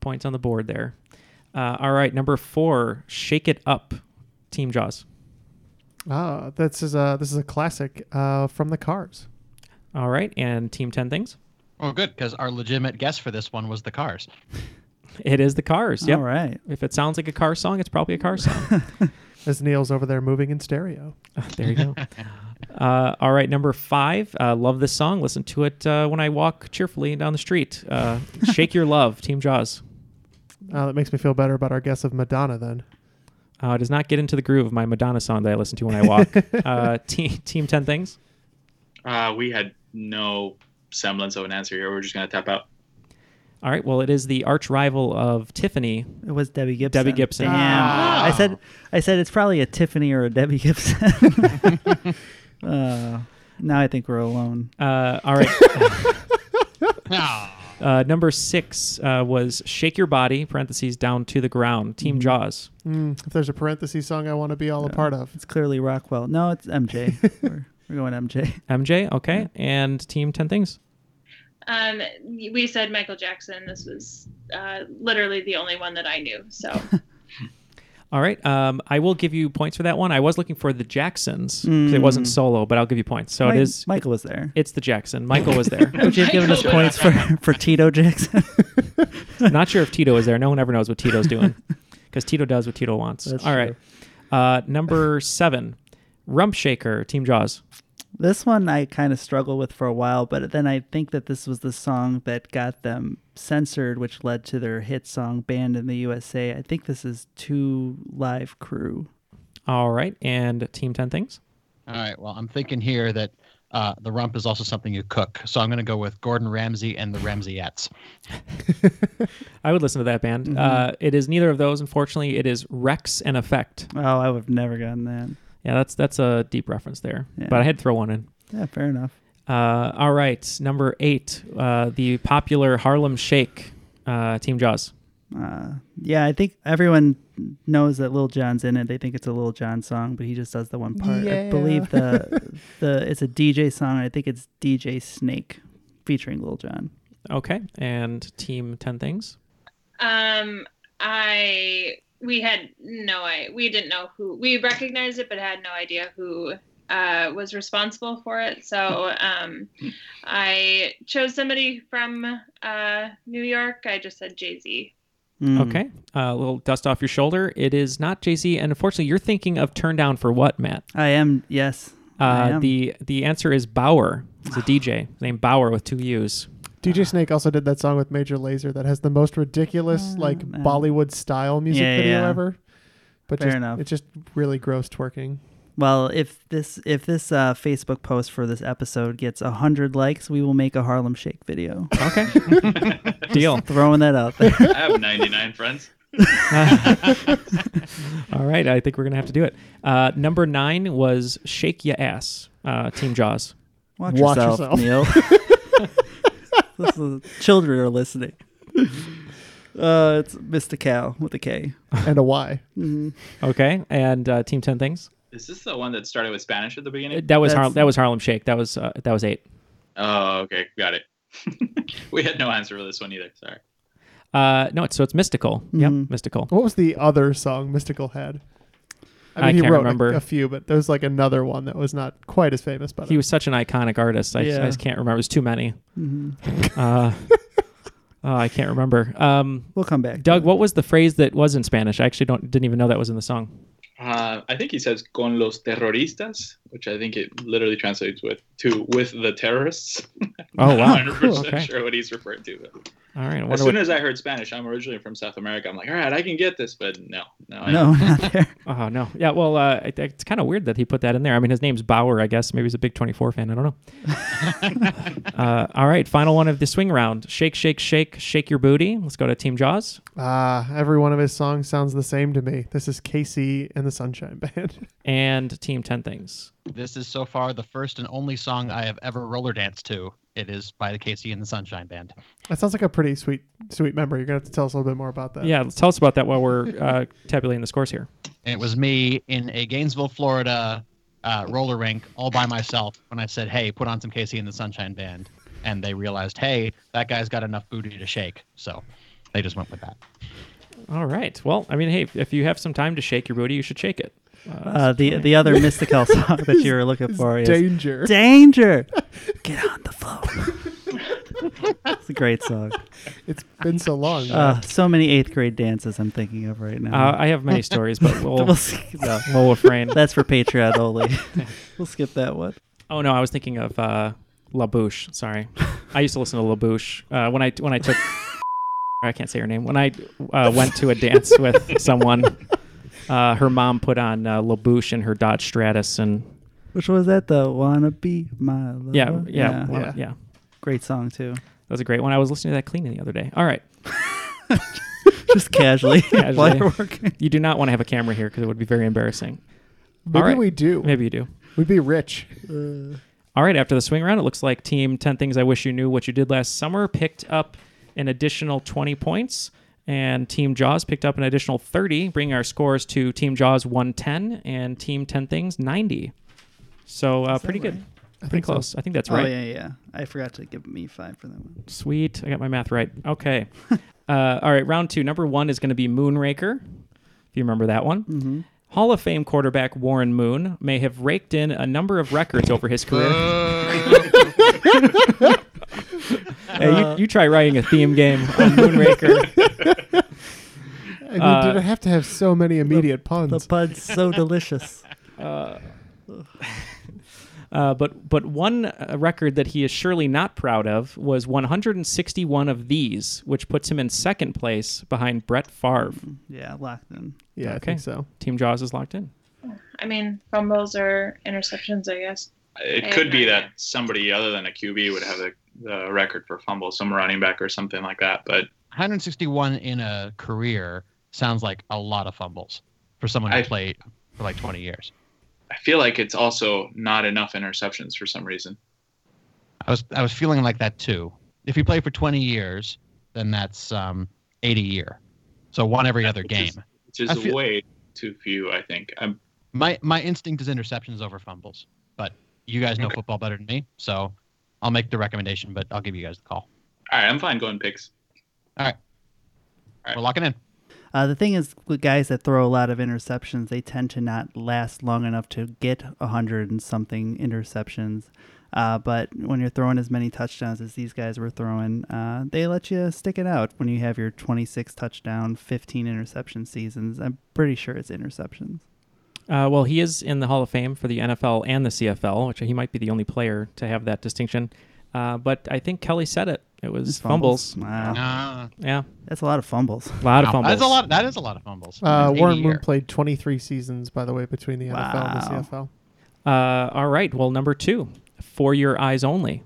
Speaker 3: Points on the board there. Uh, all right. Number four, Shake It Up, Team Jaws.
Speaker 5: Ah, this is a this is a classic uh, from the Cars.
Speaker 3: All right. And Team 10 Things.
Speaker 6: Oh, good, because our legitimate guess for this one was the Cars.
Speaker 3: It is the Cars. Yep.
Speaker 5: All right.
Speaker 3: If it sounds like a car song, it's probably a
Speaker 5: *laughs*
Speaker 3: car song.
Speaker 5: As Neil's over there moving in stereo.
Speaker 3: *laughs* there you go. Uh, all right, number five. Uh, love this song. Listen to it uh, when I walk cheerfully down the street. Uh, Shake Your Love, Team Jaws.
Speaker 5: *laughs* Uh, that makes me feel better about our guess of Madonna. Then
Speaker 3: Uh, does not get into the groove of my Madonna song that I listen to when I walk. uh, te- team 10 Things.
Speaker 7: Uh, we had no semblance of an answer here. We're just going to tap out.
Speaker 3: All right, well, it is the
Speaker 4: *laughs*
Speaker 3: arch rival of Tiffany.
Speaker 4: It was Debbie Gibson.
Speaker 3: Debbie Gibson.
Speaker 4: Damn.
Speaker 5: Ah.
Speaker 4: I said I said it's probably a Tiffany or a Debbie Gibson.
Speaker 5: *laughs*
Speaker 4: uh, now I think we're alone.
Speaker 3: Uh,
Speaker 5: *laughs*
Speaker 3: all right. *laughs* Uh, number six uh, was Shake Your Body, parentheses, down to the ground,
Speaker 5: Mm-hmm.
Speaker 3: Team Jaws.
Speaker 5: Mm, if there's a parentheses song, I want to be all a part of.
Speaker 4: It's clearly Rockwell. No,
Speaker 5: *laughs*
Speaker 4: it's MJ. we're, we're going MJ.
Speaker 3: MJ, okay. And Team 10 Things.
Speaker 8: Um, we said Michael Jackson. This was uh, literally the only one that I knew. So
Speaker 3: All right. Um, I will give you points for that one. I was looking for the Jacksons 'cause it
Speaker 4: Mm.
Speaker 3: wasn't solo, but I'll give you points. So
Speaker 4: Mi-
Speaker 3: it is.
Speaker 4: Michael was there.
Speaker 3: It's the Jackson. *laughs* Michael was
Speaker 4: *laughs*
Speaker 3: there.
Speaker 4: Would you have given us points for, for Tito Jackson?
Speaker 3: *laughs*
Speaker 4: *laughs*
Speaker 3: Not sure if Tito is there. No one ever knows what Tito's doing because Tito does what Tito wants.
Speaker 4: That's
Speaker 3: All right. Uh, number seven, Rump Shaker, Team Jaws.
Speaker 4: This one I kind of struggled with for a while, but then I think that this was the song that got them censored, which led to their hit song banned in the USA. I think this is Two Live Crew.
Speaker 3: All right. And Team 10 Things.
Speaker 6: All right. Well, I'm thinking here that uh, the rump is also something you cook. So I'm going to go with Gordon Ramsay and the Ramsayettes.
Speaker 3: I would listen to that band.
Speaker 4: Mhm.
Speaker 3: Uh, it is neither of those, unfortunately. It is Rex and Effect.
Speaker 4: Oh, I would have never gotten that.
Speaker 3: Yeah, that's that's a deep reference there.
Speaker 4: Yeah.
Speaker 3: But I had to throw one in.
Speaker 4: Yeah, fair enough.
Speaker 3: Uh, all right, number eight, uh, the popular Harlem Shake, uh, Team Jaws.
Speaker 4: Uh, yeah, I think everyone knows that Lil Jon's in it. They think it's a Lil Jon song, but he just does the one part. I
Speaker 5: Yeah.
Speaker 4: believe the the it's a DJ song. I think it's DJ Snake featuring Lil Jon.
Speaker 3: Okay, and Team Ten Things.
Speaker 8: um, I we had no I we didn't know who we recognized it, but had no idea who uh, was responsible for it. So um, I chose somebody from uh, New York. I just said Jay Z.
Speaker 4: Mm.
Speaker 3: Okay, uh, a little dust off your shoulder. It is not Jay Z, and unfortunately, you're thinking of "Turn Down for What," Matt.
Speaker 4: I am yes. I
Speaker 3: Uh,
Speaker 4: am.
Speaker 3: the the answer is Bauer.
Speaker 4: *sighs*
Speaker 3: It's a DJ named Bauer with two U's.
Speaker 5: DJ Snake also did that song with Major Lazer that has the most ridiculous like Bollywood style music
Speaker 4: Yeah,
Speaker 5: video
Speaker 4: yeah.
Speaker 5: ever. But
Speaker 4: Fair
Speaker 5: just,
Speaker 4: enough.
Speaker 5: it's just really gross twerking.
Speaker 4: Well, if this if this uh, Facebook post for this episode gets hundred likes, we will make a Harlem Shake video.
Speaker 3: Okay, deal. *laughs*
Speaker 4: Throwing that out there.
Speaker 7: I have 99 friends.
Speaker 3: All right, I think we're gonna have to do it. Uh, number nine was "Shake Ya Ass," uh, Team Jaws.
Speaker 4: Watch, yourself, Neil. *laughs* This is- children are listening. Uh, it's Mr. Cow with a K Mm-hmm.
Speaker 5: and a Y.
Speaker 3: *laughs* Okay, and uh, Team Ten Things.
Speaker 7: Is this the one that started with Spanish at the beginning?
Speaker 3: That was Har- that was Harlem Shake. That was uh, that was eight.
Speaker 7: Oh, okay,
Speaker 3: *laughs*
Speaker 7: got it. we had no answer for this one either. Sorry.
Speaker 3: Uh, no, it's, so it's mystical.
Speaker 4: Mm-hmm.
Speaker 3: Yep, mystical.
Speaker 5: What was the other song Mystical had? I mean,
Speaker 3: I
Speaker 5: he
Speaker 3: can't
Speaker 5: wrote a-
Speaker 3: remember.
Speaker 5: A, few, but there's like another one that was not quite as famous. But uh,
Speaker 3: He was such an iconic artist. I, I
Speaker 5: Yeah.
Speaker 3: just can't remember. It was too many.
Speaker 5: Mhm.
Speaker 3: Uh, oh, I can't remember. Um,
Speaker 4: we'll come back.
Speaker 3: Doug, what was the phrase that was in Spanish? I actually don't didn't even know that was in the song.
Speaker 7: Uh, I think he says "con los terroristas," which I think it literally translates with "to with the terrorists."
Speaker 3: *laughs* Oh, wow.
Speaker 7: *laughs* I'm not 100%
Speaker 3: Cool, okay.
Speaker 7: sure what he's referring to. But
Speaker 3: All right. I
Speaker 7: as
Speaker 3: wonder
Speaker 7: soon
Speaker 3: what-
Speaker 7: as I heard Spanish, I'm originally from South America. I'm like, all right, I can get this, but no, no, I
Speaker 3: No,
Speaker 7: don't.
Speaker 3: *laughs* not there. oh no. Yeah. Well, uh, it, it's kind of weird that he put that in there. I mean, his name's Bauer, I guess. Maybe he's a big 24 fan. I don't know. uh, all right. Final one of the swing round. Shake, shake, shake, shake your booty. Let's go to Team Jaws.
Speaker 5: Ah, every one of his songs sounds the same to me. This is Casey and the Sunshine *laughs* Band.
Speaker 3: and Team 10 Things.
Speaker 6: This is so far the first and only song I have ever roller danced to. It is by the Casey and the Sunshine Band.
Speaker 5: That sounds like a pretty sweet, sweet memory. You're gonna have to tell us a little bit more about that.
Speaker 3: Yeah. let's Uh, Tell us about that while we're uh, tabulating the scores here.
Speaker 6: And it was me in a Gainesville, Florida uh, roller rink all by myself when I said, hey, put on some Casey and the Sunshine Band. And they realized, hey, that guy's got enough booty to shake. So they just went with that.
Speaker 3: All right. Well, I mean, hey, if you have some time to shake your booty, you should shake it.
Speaker 4: Uh, the the
Speaker 3: *laughs*
Speaker 4: other mystical song that you were looking for is
Speaker 5: Danger.
Speaker 4: Danger. Get on the floor. it's a great song.
Speaker 5: It's been so long.
Speaker 4: Uh, so many eighth grade dances I'm thinking of right now.
Speaker 3: Uh, I
Speaker 4: *laughs*
Speaker 3: have many stories, but we'll- *laughs*
Speaker 4: no.
Speaker 3: we'll refrain.
Speaker 4: That's for Patreon only.
Speaker 3: *laughs*
Speaker 4: *laughs* we'll skip that one.
Speaker 3: Oh no, I was thinking of uh, La Bouche. Sorry, I used to listen to La Bouche uh, when I when I took. *laughs* I can't say her name. When I uh, went to a dance with
Speaker 4: *laughs*
Speaker 3: someone, uh, her mom put on uh, La Bouche and her Dodge Stratus, and
Speaker 4: Which was that? The Wanna Be My Lover?
Speaker 3: Yeah, yeah, wanna- yeah.
Speaker 4: Great song, too.
Speaker 3: that was a great one. I was listening to that cleaning the other day.
Speaker 4: *laughs*
Speaker 3: All right. Uh,
Speaker 4: Just
Speaker 3: *laughs*
Speaker 4: casually, while you're working.
Speaker 3: You do not want to have a camera here because it would be very embarrassing. All
Speaker 5: Maybe
Speaker 3: right.
Speaker 5: we do.
Speaker 3: Maybe you do.
Speaker 5: We'd be rich.
Speaker 3: All right, after the swing round, it looks like Team 10 Things I Wish You Knew What You Did Last Summer picked up an additional 20 points, and Team Jaws picked up an additional 30, bringing our scores to Team Jaws 110 and Team 10 Things 90. So uh, pretty good. pretty
Speaker 4: think so.
Speaker 3: close. I think that's
Speaker 4: Oh,
Speaker 3: right.
Speaker 4: yeah, yeah. I forgot to give me five for that one.
Speaker 3: Sweet. I got my math right. Okay. *laughs* uh, all right, round two. Number one is going to be Moonraker, if you remember that one. Hall of Fame quarterback Warren Moon may have raked in a number of records over his career. *laughs* Hey, you, you try writing a theme game on Moonraker. Uh,
Speaker 5: I mean, did I have to have so many immediate puns? The
Speaker 4: Uh,
Speaker 5: *laughs*
Speaker 4: pun's so delicious.
Speaker 3: Uh, uh, but but one uh, record that he is surely not proud of was 161 of these, which puts him in second place behind Brett Favre.
Speaker 4: Yeah, locked in.
Speaker 5: Yeah, I think so.
Speaker 3: Team Jaws is locked in.
Speaker 8: I mean, fumbles or interceptions, I guess.
Speaker 7: *laughs* It could be that somebody other than a QB would have the, the record for fumbles, some running back or something like that. But
Speaker 6: 161 in a career sounds like a lot of fumbles for someone who played for like 20 years.
Speaker 7: I feel like it's also not enough interceptions for some reason.
Speaker 6: I was I was feeling like that too. If you play for 20 years, then that's um, 80 year. So one every other game.
Speaker 7: Which is
Speaker 6: I feel-
Speaker 7: way too few, I think. I'm,
Speaker 6: my my instinct is interceptions over fumbles, but you guys know football better than me, so I'll make the recommendation, but I'll give you guys the call.
Speaker 7: all right, I'm fine going picks.
Speaker 6: All right. All right. We're locking in.
Speaker 4: Uh, the thing is, with guys that throw a lot of interceptions, they tend to not last long enough to get a hundred and something interceptions. Uh, but when you're throwing as many touchdowns as these guys were throwing, uh, they let you stick it out when you have your 26 touchdown, 15 interception seasons. I'm pretty sure it's interceptions.
Speaker 3: Uh, well, he is in the Hall of Fame for the NFL and the CFL, which he might be the only player to have that distinction. Uh, but I think Kelly said it. It was
Speaker 4: It's
Speaker 3: fumbles.
Speaker 4: fumbles. Wow.
Speaker 6: Ah.
Speaker 3: Yeah.
Speaker 4: That's a lot of fumbles.
Speaker 3: A lot of fumbles.
Speaker 6: That's a lot. That is a lot of fumbles.
Speaker 5: Uh,
Speaker 6: It's 80
Speaker 5: Warren Moon
Speaker 6: year.
Speaker 5: played 23 seasons, by the way, between the NFL
Speaker 4: Wow.
Speaker 5: and the CFL.
Speaker 3: Uh, all right. Well, number two, For Your Eyes Only.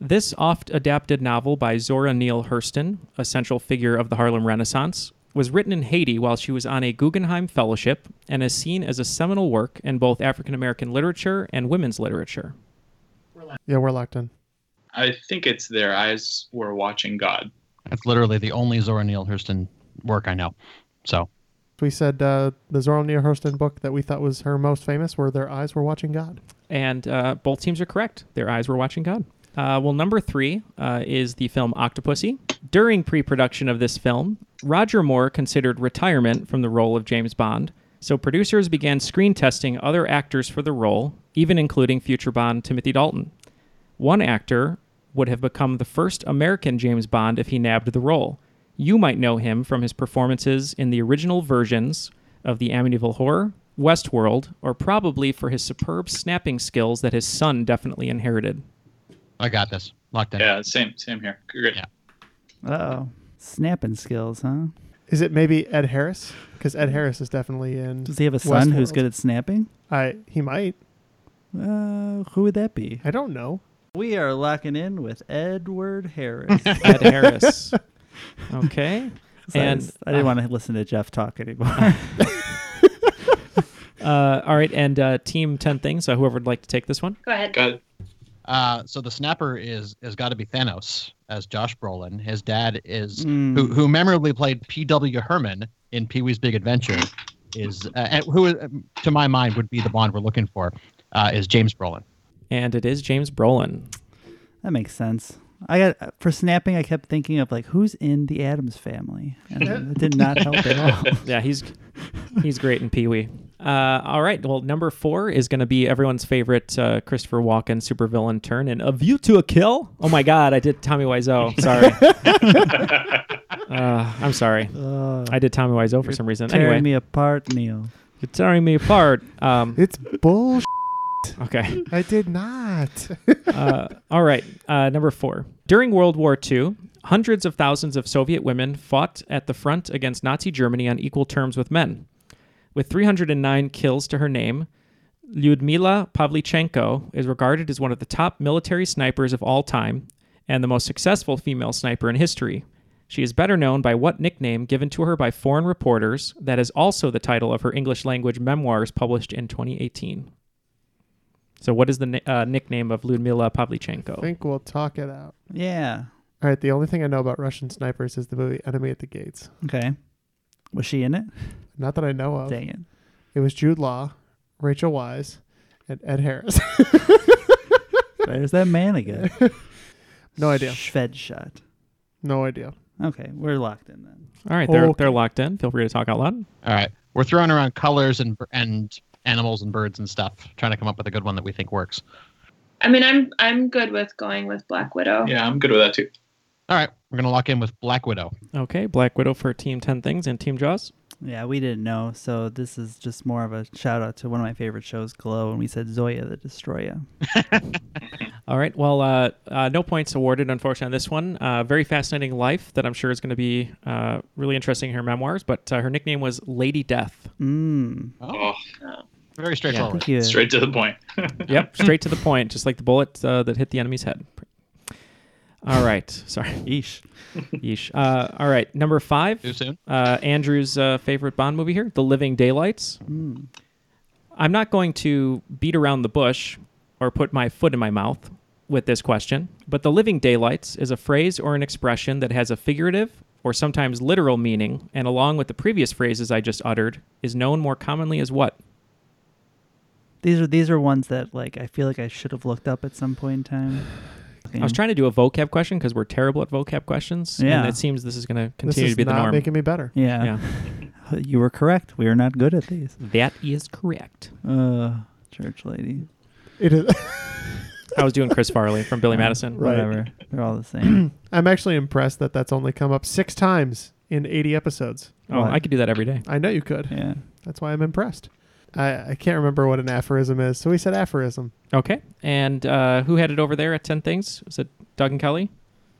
Speaker 3: This oft adapted novel by Zora Neale Hurston, a central figure of the Harlem Renaissance, was written in Haiti while she was on a Guggenheim Fellowship and is seen as a seminal work in both African American literature and women's literature.
Speaker 5: Yeah, we're locked in.
Speaker 7: I think it's Their Eyes Were Watching God.
Speaker 6: That's literally the only Zora Neale Hurston work I know. So
Speaker 5: We said uh, the Zora Neale Hurston book that we thought was her most famous, where their eyes were watching God.
Speaker 3: And uh, both teams are correct. Their eyes were watching God. Uh, well, number three uh, is the film Octopussy. During pre production of this film, Roger Moore considered retirement from the role of James Bond, so producers began screen testing other actors for the role, even including future Bond Timothy Dalton. One actor would have become the first American James Bond if he nabbed the role. You might know him from his performances in the original versions of the Amityville Horror, Westworld, or probably for his superb snapping skills that his son
Speaker 4: *laughs*
Speaker 3: definitely inherited.
Speaker 6: I got this. Locked in.
Speaker 7: Yeah, same same here. Great. Yeah.
Speaker 4: Uh oh. Snapping skills, huh?
Speaker 5: Is it maybe Ed Harris? Because Ed Harris is definitely in.
Speaker 4: Does he have a son who's
Speaker 5: Westworld.
Speaker 4: good at snapping?
Speaker 5: I he might.
Speaker 4: Uh, who would that be?
Speaker 5: I don't know.
Speaker 4: We are locking in with Edward Harris.
Speaker 3: *laughs*
Speaker 4: *laughs*
Speaker 3: Ed Harris. Okay.
Speaker 4: So I
Speaker 3: and
Speaker 4: was- I didn't
Speaker 3: uh,
Speaker 4: want to listen to Jeff talk anymore.
Speaker 3: *laughs* Uh, all right, and uh, team ten things. So whoever would like to take this one?
Speaker 8: Go ahead.
Speaker 6: Uh, so the snapper is has got to be Thanos as Josh Brolin. His dad is
Speaker 4: Mm.
Speaker 6: who who memorably played P.W. Herman in Pee Wee's Big Adventure is uh, and who uh, to my mind would be the Bond we're looking for uh, is James Brolin.
Speaker 3: And it is James Brolin.
Speaker 4: that makes sense. I got for snapping. I kept thinking of like who's in the Adams family, and it did not help at all.
Speaker 3: *laughs*
Speaker 4: *laughs*
Speaker 3: yeah, he's he's great in Pee Wee. Uh, all right. Well, number four is going to be everyone's favorite uh, Christopher Walken supervillain turn in A View to a Kill. Oh my God, I did
Speaker 4: *laughs*
Speaker 3: Tommy Wiseau. Sorry. uh, I'm sorry. I did Tommy Wiseau for some reason.
Speaker 4: Uh, Tearing
Speaker 3: Anyway,
Speaker 4: me apart, Neil.
Speaker 3: you're tearing me apart. Um,
Speaker 5: It's bull.
Speaker 3: okay.
Speaker 5: I did not.
Speaker 3: uh, all right. Uh, number four. During World War II, hundreds of thousands of Soviet women fought at the front against Nazi Germany on equal terms with men. With 309 kills to her name, Lyudmila Pavlichenko is regarded as one of the top military snipers of all time and the most successful female sniper in history. She is better known by what nickname given to her by foreign reporters that is also the title of her English language memoirs published in 2018. So, what is the ni- uh, nickname of Ludmila Pavlichenko?
Speaker 5: I think we'll talk it out.
Speaker 4: Yeah.
Speaker 5: All right. The only thing I know about Russian snipers is the movie Enemy at the Gates.
Speaker 4: Okay. Was she in it?
Speaker 5: Not that I know of.
Speaker 4: Dang it.
Speaker 5: It was Jude Law, Rachel Wise, and Ed Harris.
Speaker 4: *laughs* There's that man again.
Speaker 5: no idea.
Speaker 4: Shved shot.
Speaker 5: No idea. Oh.
Speaker 4: Okay, we're locked in then.
Speaker 3: All right, they're
Speaker 5: Okay.
Speaker 3: they're locked in. Feel free to talk out loud.
Speaker 6: All right, we're throwing around colors and and animals and birds and stuff, trying to come up with a good one that we think works.
Speaker 8: I mean, I'm I'm good with going with Black Widow.
Speaker 7: Yeah, I'm good with that too.
Speaker 6: All right, we're gonna lock in with Black Widow.
Speaker 3: Okay, Black Widow for Team Ten Things and Team Jaws.
Speaker 4: Yeah, we didn't know, so this is just more of a shout out to one of my favorite shows, Glow, and we said Zoya the
Speaker 3: *laughs*
Speaker 4: Destroyer.
Speaker 3: All right. Well, uh, uh, no points awarded, unfortunately, on this one. Uh, very fascinating life that I'm sure is going to be uh, really interesting in her memoirs. But uh, her nickname was Lady Death.
Speaker 4: Mm.
Speaker 6: Oh, very
Speaker 4: I
Speaker 6: straightforward.
Speaker 4: think you-
Speaker 7: Straight to
Speaker 6: *laughs*
Speaker 7: the point.
Speaker 3: yep, straight to the point, just like the bullet uh, that hit the enemy's head. All right.
Speaker 6: *laughs*
Speaker 3: Sorry.
Speaker 4: Yeesh.
Speaker 3: Yeesh. Uh, all right. Number five.
Speaker 6: Too soon.
Speaker 3: uh, Andrew's uh, favorite Bond movie here, The Living Daylights.
Speaker 6: Hmm.
Speaker 3: I'm not going to beat around the bush or put my foot in my mouth with this question, but The Living Daylights is a phrase or an expression that has a figurative or sometimes literal meaning, and along with the previous phrases I just uttered, is known more commonly as what?
Speaker 4: These are these are ones that like I feel like I should have looked up at some point in time.
Speaker 3: I was trying to do a vocab question because we're terrible at vocab questions,
Speaker 4: Yeah.
Speaker 3: and it seems this is going to
Speaker 5: This
Speaker 3: continue
Speaker 5: is
Speaker 3: to be the
Speaker 5: not *laughs*
Speaker 3: norm.
Speaker 5: making me better.
Speaker 4: Yeah. *laughs*
Speaker 3: yeah,
Speaker 4: You were correct. We are not good at these.
Speaker 3: that is correct.
Speaker 4: Uh church lady.
Speaker 5: It is. *laughs*
Speaker 3: I was doing Chris Farley
Speaker 4: *laughs*
Speaker 3: from Billy Madison.
Speaker 5: Right.
Speaker 4: Whatever.
Speaker 5: *clears throat*
Speaker 4: They're all the same.
Speaker 5: I'm actually impressed that that's only come up six times in 80 episodes.
Speaker 3: Oh,
Speaker 4: What?
Speaker 3: I could do that every day.
Speaker 5: I know you could.
Speaker 4: yeah.
Speaker 5: That's why I'm impressed. I, I can't remember what an aphorism is, so we said aphorism.
Speaker 3: Okay. And uh, who had it over there at 10 Things? Was it Doug and Kelly?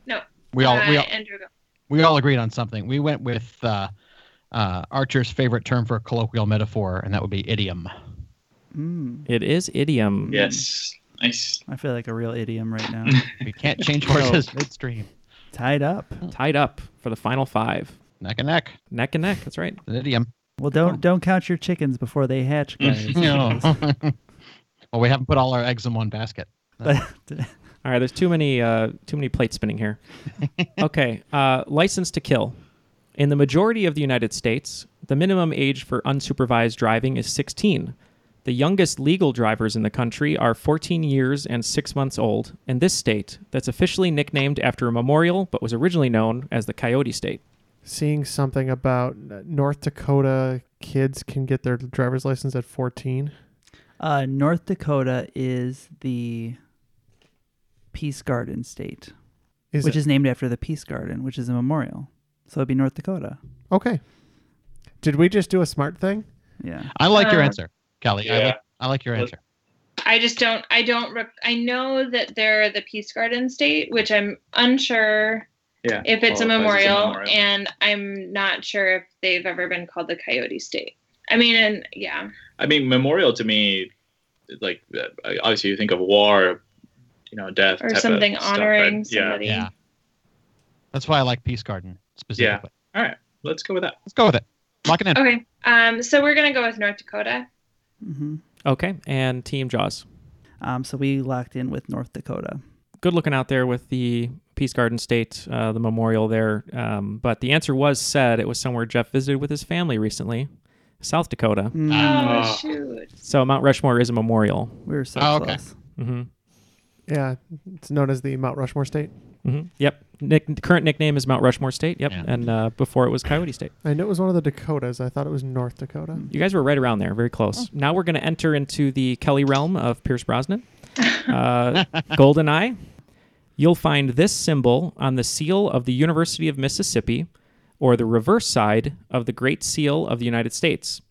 Speaker 8: No.
Speaker 6: We all
Speaker 8: uh,
Speaker 6: we all,
Speaker 8: Andrew. go.
Speaker 6: we all agreed on something. We went with uh, uh, Archer's favorite term for a colloquial metaphor, and that would be idiom.
Speaker 4: Mm.
Speaker 3: It is idiom.
Speaker 7: Yes. Nice.
Speaker 4: I feel like a real idiom right
Speaker 7: *laughs*
Speaker 4: now.
Speaker 6: We can't change
Speaker 3: No.
Speaker 6: horses midstream.
Speaker 4: Tied up.
Speaker 3: Tied up for the final five.
Speaker 6: Neck and neck.
Speaker 3: Neck and neck. That's right.
Speaker 6: An idiom.
Speaker 4: Well, don't don't count your chickens before they hatch,
Speaker 6: *laughs*
Speaker 4: guys.
Speaker 6: no. well, we haven't put all our eggs in one
Speaker 3: *laughs*
Speaker 6: basket.
Speaker 3: All right, there's too many uh, too many plates spinning here. okay, uh, license to kill. In the majority of the United States, the minimum age for unsupervised driving is 16. The youngest legal drivers in the country are 14 years and six months old in this state that's officially nicknamed after a memorial, but was originally known as the Coyote State.
Speaker 5: Seeing something about North Dakota kids can get their driver's license at 14.
Speaker 4: Uh, North Dakota is the Peace Garden state,
Speaker 5: Is
Speaker 4: which
Speaker 5: it?
Speaker 4: is named after the Peace Garden, which is a memorial. So it'd be North Dakota.
Speaker 5: Okay. Did we just do a smart thing?
Speaker 4: Yeah.
Speaker 6: I like your
Speaker 8: Uh,
Speaker 6: answer, Kelly. I,
Speaker 8: Yeah.
Speaker 6: like, I like your answer.
Speaker 8: I just don't. I don't. Rec- I know that they're the Peace Garden state, which I'm unsure
Speaker 7: Yeah.
Speaker 8: if it's a,
Speaker 7: Qualifies as
Speaker 8: memorial, and I'm not sure if they've ever been called the Coyote State. I mean, and yeah,
Speaker 7: I mean, memorial to me, like uh, obviously you think of war, you know, death
Speaker 8: Or
Speaker 7: type of
Speaker 8: something
Speaker 7: stuff, right?
Speaker 8: honoring
Speaker 7: Yeah.
Speaker 8: somebody.
Speaker 6: Yeah. That's why I like Peace Garden specifically.
Speaker 7: All right, let's go with that.
Speaker 6: Let's go with it. Lock it in.
Speaker 8: okay. Um, so we're gonna go with North Dakota.
Speaker 4: Mm-hmm.
Speaker 3: Okay, and Team Jaws.
Speaker 4: Um, so we locked in with North Dakota.
Speaker 3: Good looking out there with the Peace Garden State, uh, the memorial there. Um, but the answer was said it was somewhere Jeff visited with his family recently, South Dakota.
Speaker 8: Oh, shoot.
Speaker 3: So Mount Rushmore is a memorial.
Speaker 4: We were so
Speaker 6: Oh, okay.
Speaker 4: close.
Speaker 3: hmm
Speaker 5: Yeah, it's known as the Mount Rushmore State.
Speaker 3: hmm Yep. Nick, current nickname is Mount Rushmore State. Yep.
Speaker 6: Yeah.
Speaker 3: And uh, before it was Coyote State.
Speaker 5: I know it was one of the Dakotas. I thought it was North Dakota.
Speaker 4: Mm.
Speaker 3: You guys were right around there, very close. Now we're going to enter into the Kelly realm of Pierce Brosnan. Uh, Golden Eye. You'll find this symbol on the seal of the University of Mississippi or the reverse side of the Great Seal of the United States.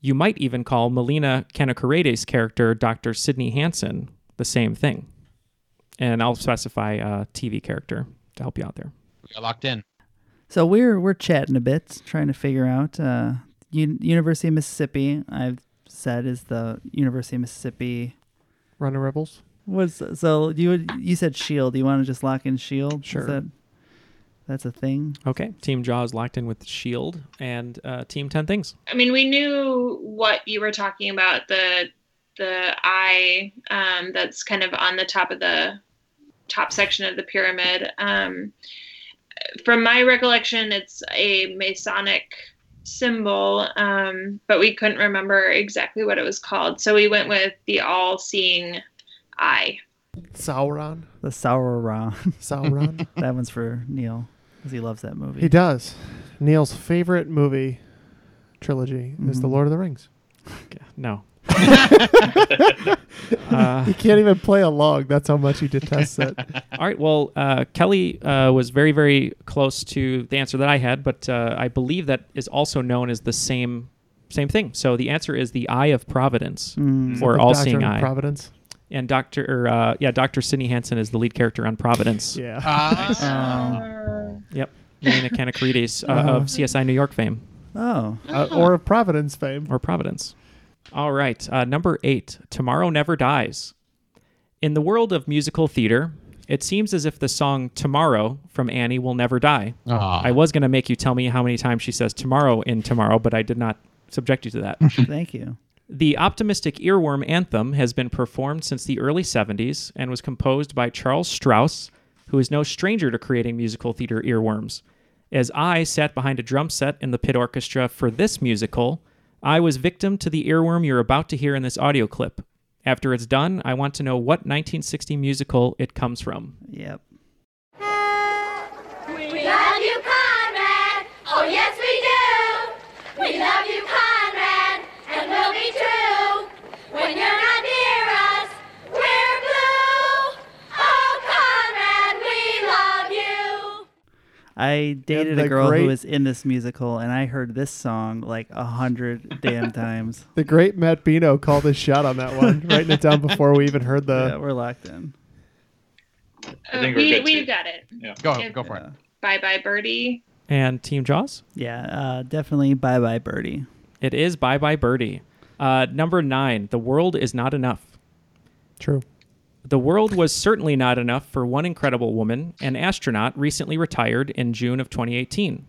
Speaker 3: You might even call Melina Kanakarede's character, Dr. Sidney Hansen, the same thing. And I'll specify a TV character to help you out there.
Speaker 6: We are locked in.
Speaker 4: So we're we're chatting a bit, trying to figure out uh, U- University of Mississippi. I've said is the University of Mississippi.
Speaker 5: Runner Rebels.
Speaker 4: Was so you would you said Shield. E You want to just lock in Shield? E Is
Speaker 3: Sure.
Speaker 4: that, that's a thing.
Speaker 3: Okay. Team Jaws locked in with Shield E and uh, Team 10 Things.
Speaker 8: I mean, we knew what you were talking about the the eye um, that's kind of on the top of the top section of the pyramid. Um, from my recollection, it's a Masonic symbol, um, but we couldn't remember exactly what it was called, so we went with the all-seeing eye.
Speaker 5: Sauron.
Speaker 4: The Sauron.
Speaker 5: Sauron.
Speaker 4: *laughs* that one's for Neil because he loves that movie.
Speaker 5: he does. Neil's favorite movie trilogy is The
Speaker 4: Mhm.
Speaker 5: Lord of the Rings. *laughs*
Speaker 3: No. Uh.
Speaker 5: he can't even play along. That's how much he
Speaker 6: *laughs*
Speaker 5: detests it.
Speaker 3: All right. Well, uh, Kelly uh, was very, very close to the answer that I had, but uh, I believe that is also known as the same same thing. So the answer is the Eye of Providence,
Speaker 4: Mm.
Speaker 3: or
Speaker 5: The
Speaker 3: All
Speaker 5: Doctrine
Speaker 3: Seeing
Speaker 5: of
Speaker 3: Eye.
Speaker 5: Providence.
Speaker 3: and Doctor, or, uh, yeah, Doctor Sidney Hansen is the lead character on Providence.
Speaker 5: Yeah.
Speaker 4: Oh.
Speaker 6: Uh.
Speaker 3: Yep. Marina Kanakrides uh,
Speaker 5: Uh-huh.
Speaker 3: of CSI New York fame,
Speaker 4: oh.
Speaker 6: Ah.
Speaker 5: Uh, or of Providence fame.
Speaker 3: or Providence. All right. Uh, number eight. Tomorrow never dies. In the world of musical theater, it seems as if the song "Tomorrow" from Annie will never die.
Speaker 6: Aw.
Speaker 3: I was going to make you tell me how many times she says tomorrow in tomorrow, but I did not subject you to that.
Speaker 4: Thank you.
Speaker 3: the optimistic earworm anthem has been performed since the early 70s and was composed by Charles Strauss, who is no stranger to creating musical theater earworms. As I sat behind a drum set in the pit orchestra for this musical, I was victim to the earworm you're about to hear in this audio clip. After it's done, I want to know what 1960 musical it comes from.
Speaker 4: Yep.
Speaker 10: We love you, Conrad. Oh, yes, we do. We love you, Conrad, and we'll be true. When you're not near us, we're blue. Oh, Conrad, we love you.
Speaker 4: I dated
Speaker 5: the
Speaker 4: a girl
Speaker 5: great-
Speaker 4: who was in this musical, and I heard this song like a
Speaker 5: *laughs*
Speaker 4: hundred damn times.
Speaker 5: The great Matt Bino called his shot on that
Speaker 4: *laughs*
Speaker 5: one, writing it down before we even heard
Speaker 4: Yeah,
Speaker 5: the.
Speaker 4: we're locked in.
Speaker 7: I
Speaker 8: Uh,
Speaker 7: think we're
Speaker 8: we
Speaker 7: good,
Speaker 8: we
Speaker 7: too.
Speaker 8: got it.
Speaker 6: Go, go for it.
Speaker 8: Bye bye birdie.
Speaker 3: And Team Jaws?
Speaker 4: Yeah, uh, definitely. Bye, bye, birdie.
Speaker 3: It is Bye Bye Birdie. Uh, number nine, The World Is Not Enough.
Speaker 5: True.
Speaker 3: The world was certainly not enough for one incredible woman, an astronaut recently retired in June of 2018.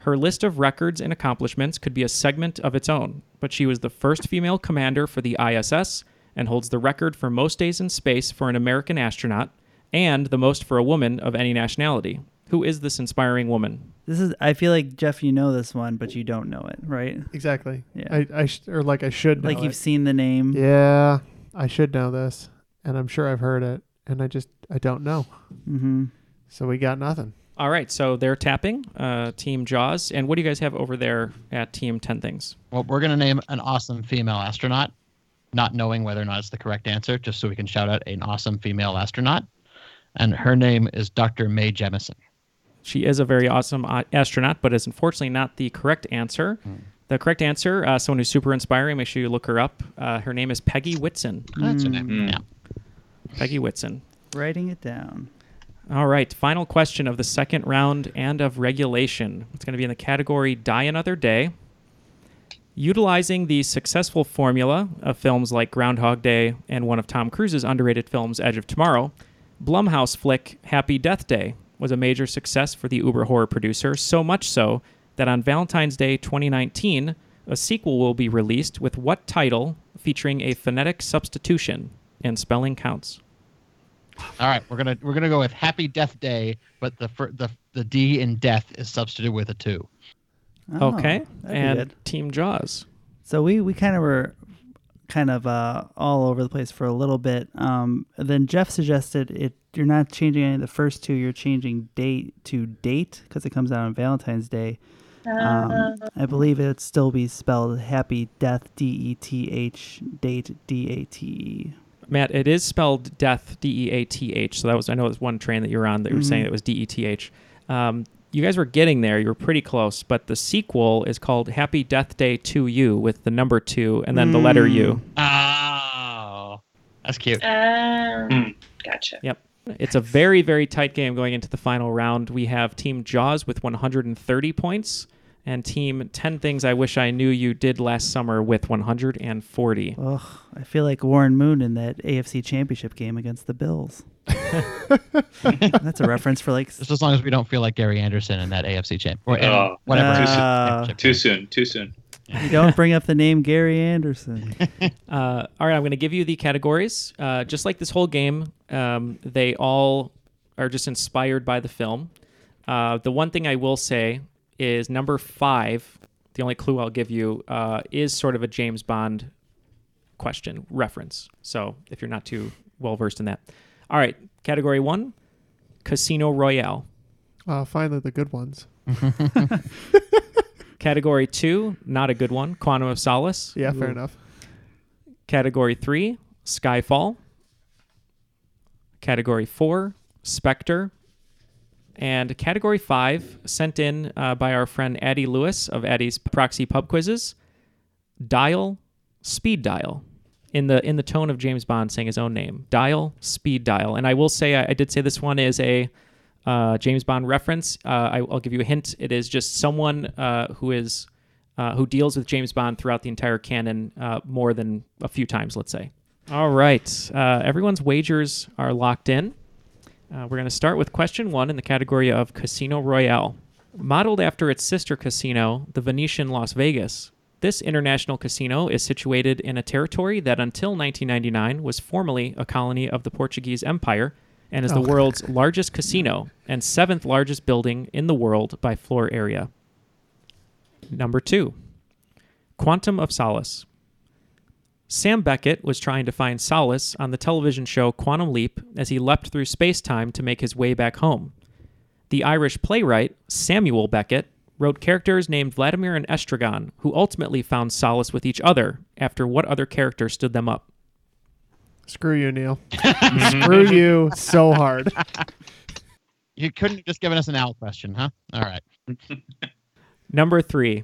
Speaker 3: Her list of records and accomplishments could be a segment of its own, but she was the first female commander for the ISS and holds the record for most days in space for an American astronaut and the most for a woman of any nationality. Who is this inspiring woman?
Speaker 4: This is. I feel like Jeff, you know this one, but you don't know it, right?
Speaker 5: Exactly.
Speaker 4: Yeah.
Speaker 5: I, I sh- or like I should know
Speaker 4: Like you've
Speaker 5: it.
Speaker 4: seen the name.
Speaker 5: Yeah, I should know this, and I'm sure I've heard it, and I just I don't know.
Speaker 4: Mm-hmm.
Speaker 5: So we got nothing.
Speaker 3: All right, so they're tapping, uh, Team Jaws. And what do you guys have over there at Team 10 Things?
Speaker 6: Well, we're going to name an awesome female astronaut, not knowing whether or not it's the correct answer, just so we can shout out an awesome female astronaut. And her name is Dr. Mae Jemison.
Speaker 3: She is a very awesome uh, astronaut, but is unfortunately not the correct answer. The correct answer, uh, someone who's super inspiring, make sure you look her up. Uh, her name is Peggy Whitson.
Speaker 6: That's her
Speaker 4: Hmm.
Speaker 6: name. Yeah.
Speaker 3: Peggy Whitson.
Speaker 4: Mm. Writing it down.
Speaker 3: All right, final question of the second round and of regulation. It's going to be in the category Die Another Day. Utilizing the successful formula of films like Groundhog Day and one of Tom Cruise's underrated films, Edge of Tomorrow, Blumhouse flick Happy Death Day was a major success for the uber horror producer, so much so that on Valentine's Day 2019, a sequel will be released with what title featuring a phonetic substitution and spelling counts?
Speaker 6: All right, we're gonna we're gonna go with Happy Death Day, but the fir- the the D in death is substituted with a two.
Speaker 4: Oh,
Speaker 3: okay,
Speaker 4: that'd be
Speaker 3: and
Speaker 4: good.
Speaker 3: Team Jaws.
Speaker 4: So we we kind of were kind of uh, all over the place for a little bit. Um, then Jeff suggested it. You're not changing any of the first two. You're changing date to date because it comes out on Valentine's Day. Um, I believe it'd still be spelled Happy Death D E T H date D A T E.
Speaker 3: Matt, it is spelled death, D E A T H. So that was I know it was one train that you were on that you were saying
Speaker 4: Mhm.
Speaker 3: it was D E T H. Um, you guys were getting there. You were pretty close, but the sequel is called Happy Death Day to You with the number two and then the letter
Speaker 6: Mm.
Speaker 3: U.
Speaker 4: Mm.
Speaker 6: Oh, that's cute.
Speaker 3: Uh,
Speaker 6: Mm.
Speaker 8: Um, gotcha.
Speaker 3: Yep. It's a very, very tight game going into the final round. We have Team Jaws with 130 points and Team 10 Things I Wish I Knew You Did Last Summer with 140.
Speaker 4: Ugh, I feel like Warren Moon in that AFC Championship game against the
Speaker 3: *laughs*
Speaker 4: Bills. That's a reference for like
Speaker 6: *laughs* Just as long as we don't feel like Gary Anderson in that AFC champ or
Speaker 7: Oh,
Speaker 6: whatever.
Speaker 7: too, soon.
Speaker 4: Uh,
Speaker 7: too soon. Too soon.
Speaker 4: you don't bring up the name Gary Anderson.
Speaker 3: Uh, all right, I'm going to give you the categories. Uh, just like this whole game, um, they all are just inspired by the film. Uh, the one thing I will say is number five, the only clue I'll give you, uh, is sort of a James Bond question reference. So if you're not too well versed in that. All right, category one Casino Royale.
Speaker 5: Uh, finally, the good ones.
Speaker 3: Category two, not a good one, Quantum of Solace.
Speaker 5: Yeah, fair enough.
Speaker 3: Category three, Skyfall. Category four, Spectre. And category five, sent in uh, by our friend Addie Lewis of Addie's Proxy Pub Quizzes, Dial, Speed Dial. In the in the tone of James Bond saying his own name, Dial, Speed Dial. And I will say, I, I did say this one is a uh, James Bond reference. Uh, I, I'll give you a hint. It is just someone uh, who is uh, who deals with James Bond throughout the entire canon uh, more than a few times, let's say. All right. Uh, everyone's wagers are locked in. Uh, we're going to start with question one in the category of Casino Royale. Modeled after its sister casino, the Venetian Las Vegas, this international casino is situated in a territory that until 1999 was formerly a colony of the Portuguese Empire and is the
Speaker 5: Oh.
Speaker 3: world's largest casino and seventh largest building in the world by floor area. Number two, Quantum of Solace. Sam Beckett was trying to find solace on the television show Quantum Leap as he leapt through space time to make his way back home. The Irish playwright Samuel Beckett wrote characters named Vladimir and Estragon, who ultimately found solace with each other after what other character stood them up.
Speaker 5: Screw you, Neil.
Speaker 6: *laughs*
Speaker 3: Uh,
Speaker 5: Screw you so hard.
Speaker 6: You couldn't have just given us an owl question, huh? All right.
Speaker 3: Number three,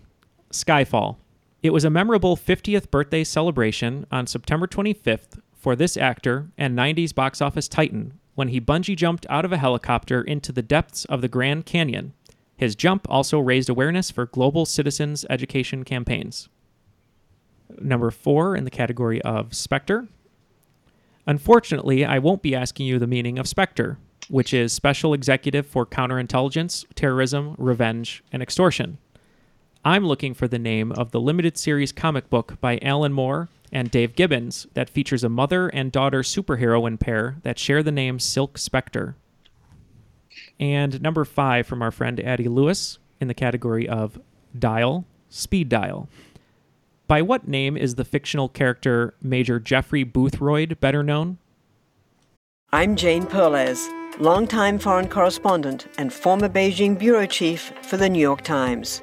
Speaker 3: Skyfall. It was a memorable 50th birthday celebration on September 25th for this actor and 90s box office titan when he bungee jumped out of a helicopter into the depths of the Grand Canyon. His jump also raised awareness for global citizens' education campaigns. Number four in the category of Spectre. Unfortunately, I won't be asking you the meaning of Spectre, which is Special Executive for Counterintelligence, Terrorism, Revenge, and Extortion. I'm looking for the name of the limited series comic book by Alan Moore and Dave Gibbons that features a mother and daughter superheroine pair that share the name Silk Spectre. And number five from our friend Addie Lewis in the category of Dial, Speed Dial. By what name is the fictional character Major Jeffrey Boothroyd better known?
Speaker 12: I'm Jane Perlez, longtime foreign correspondent and former Beijing bureau chief for the New York Times.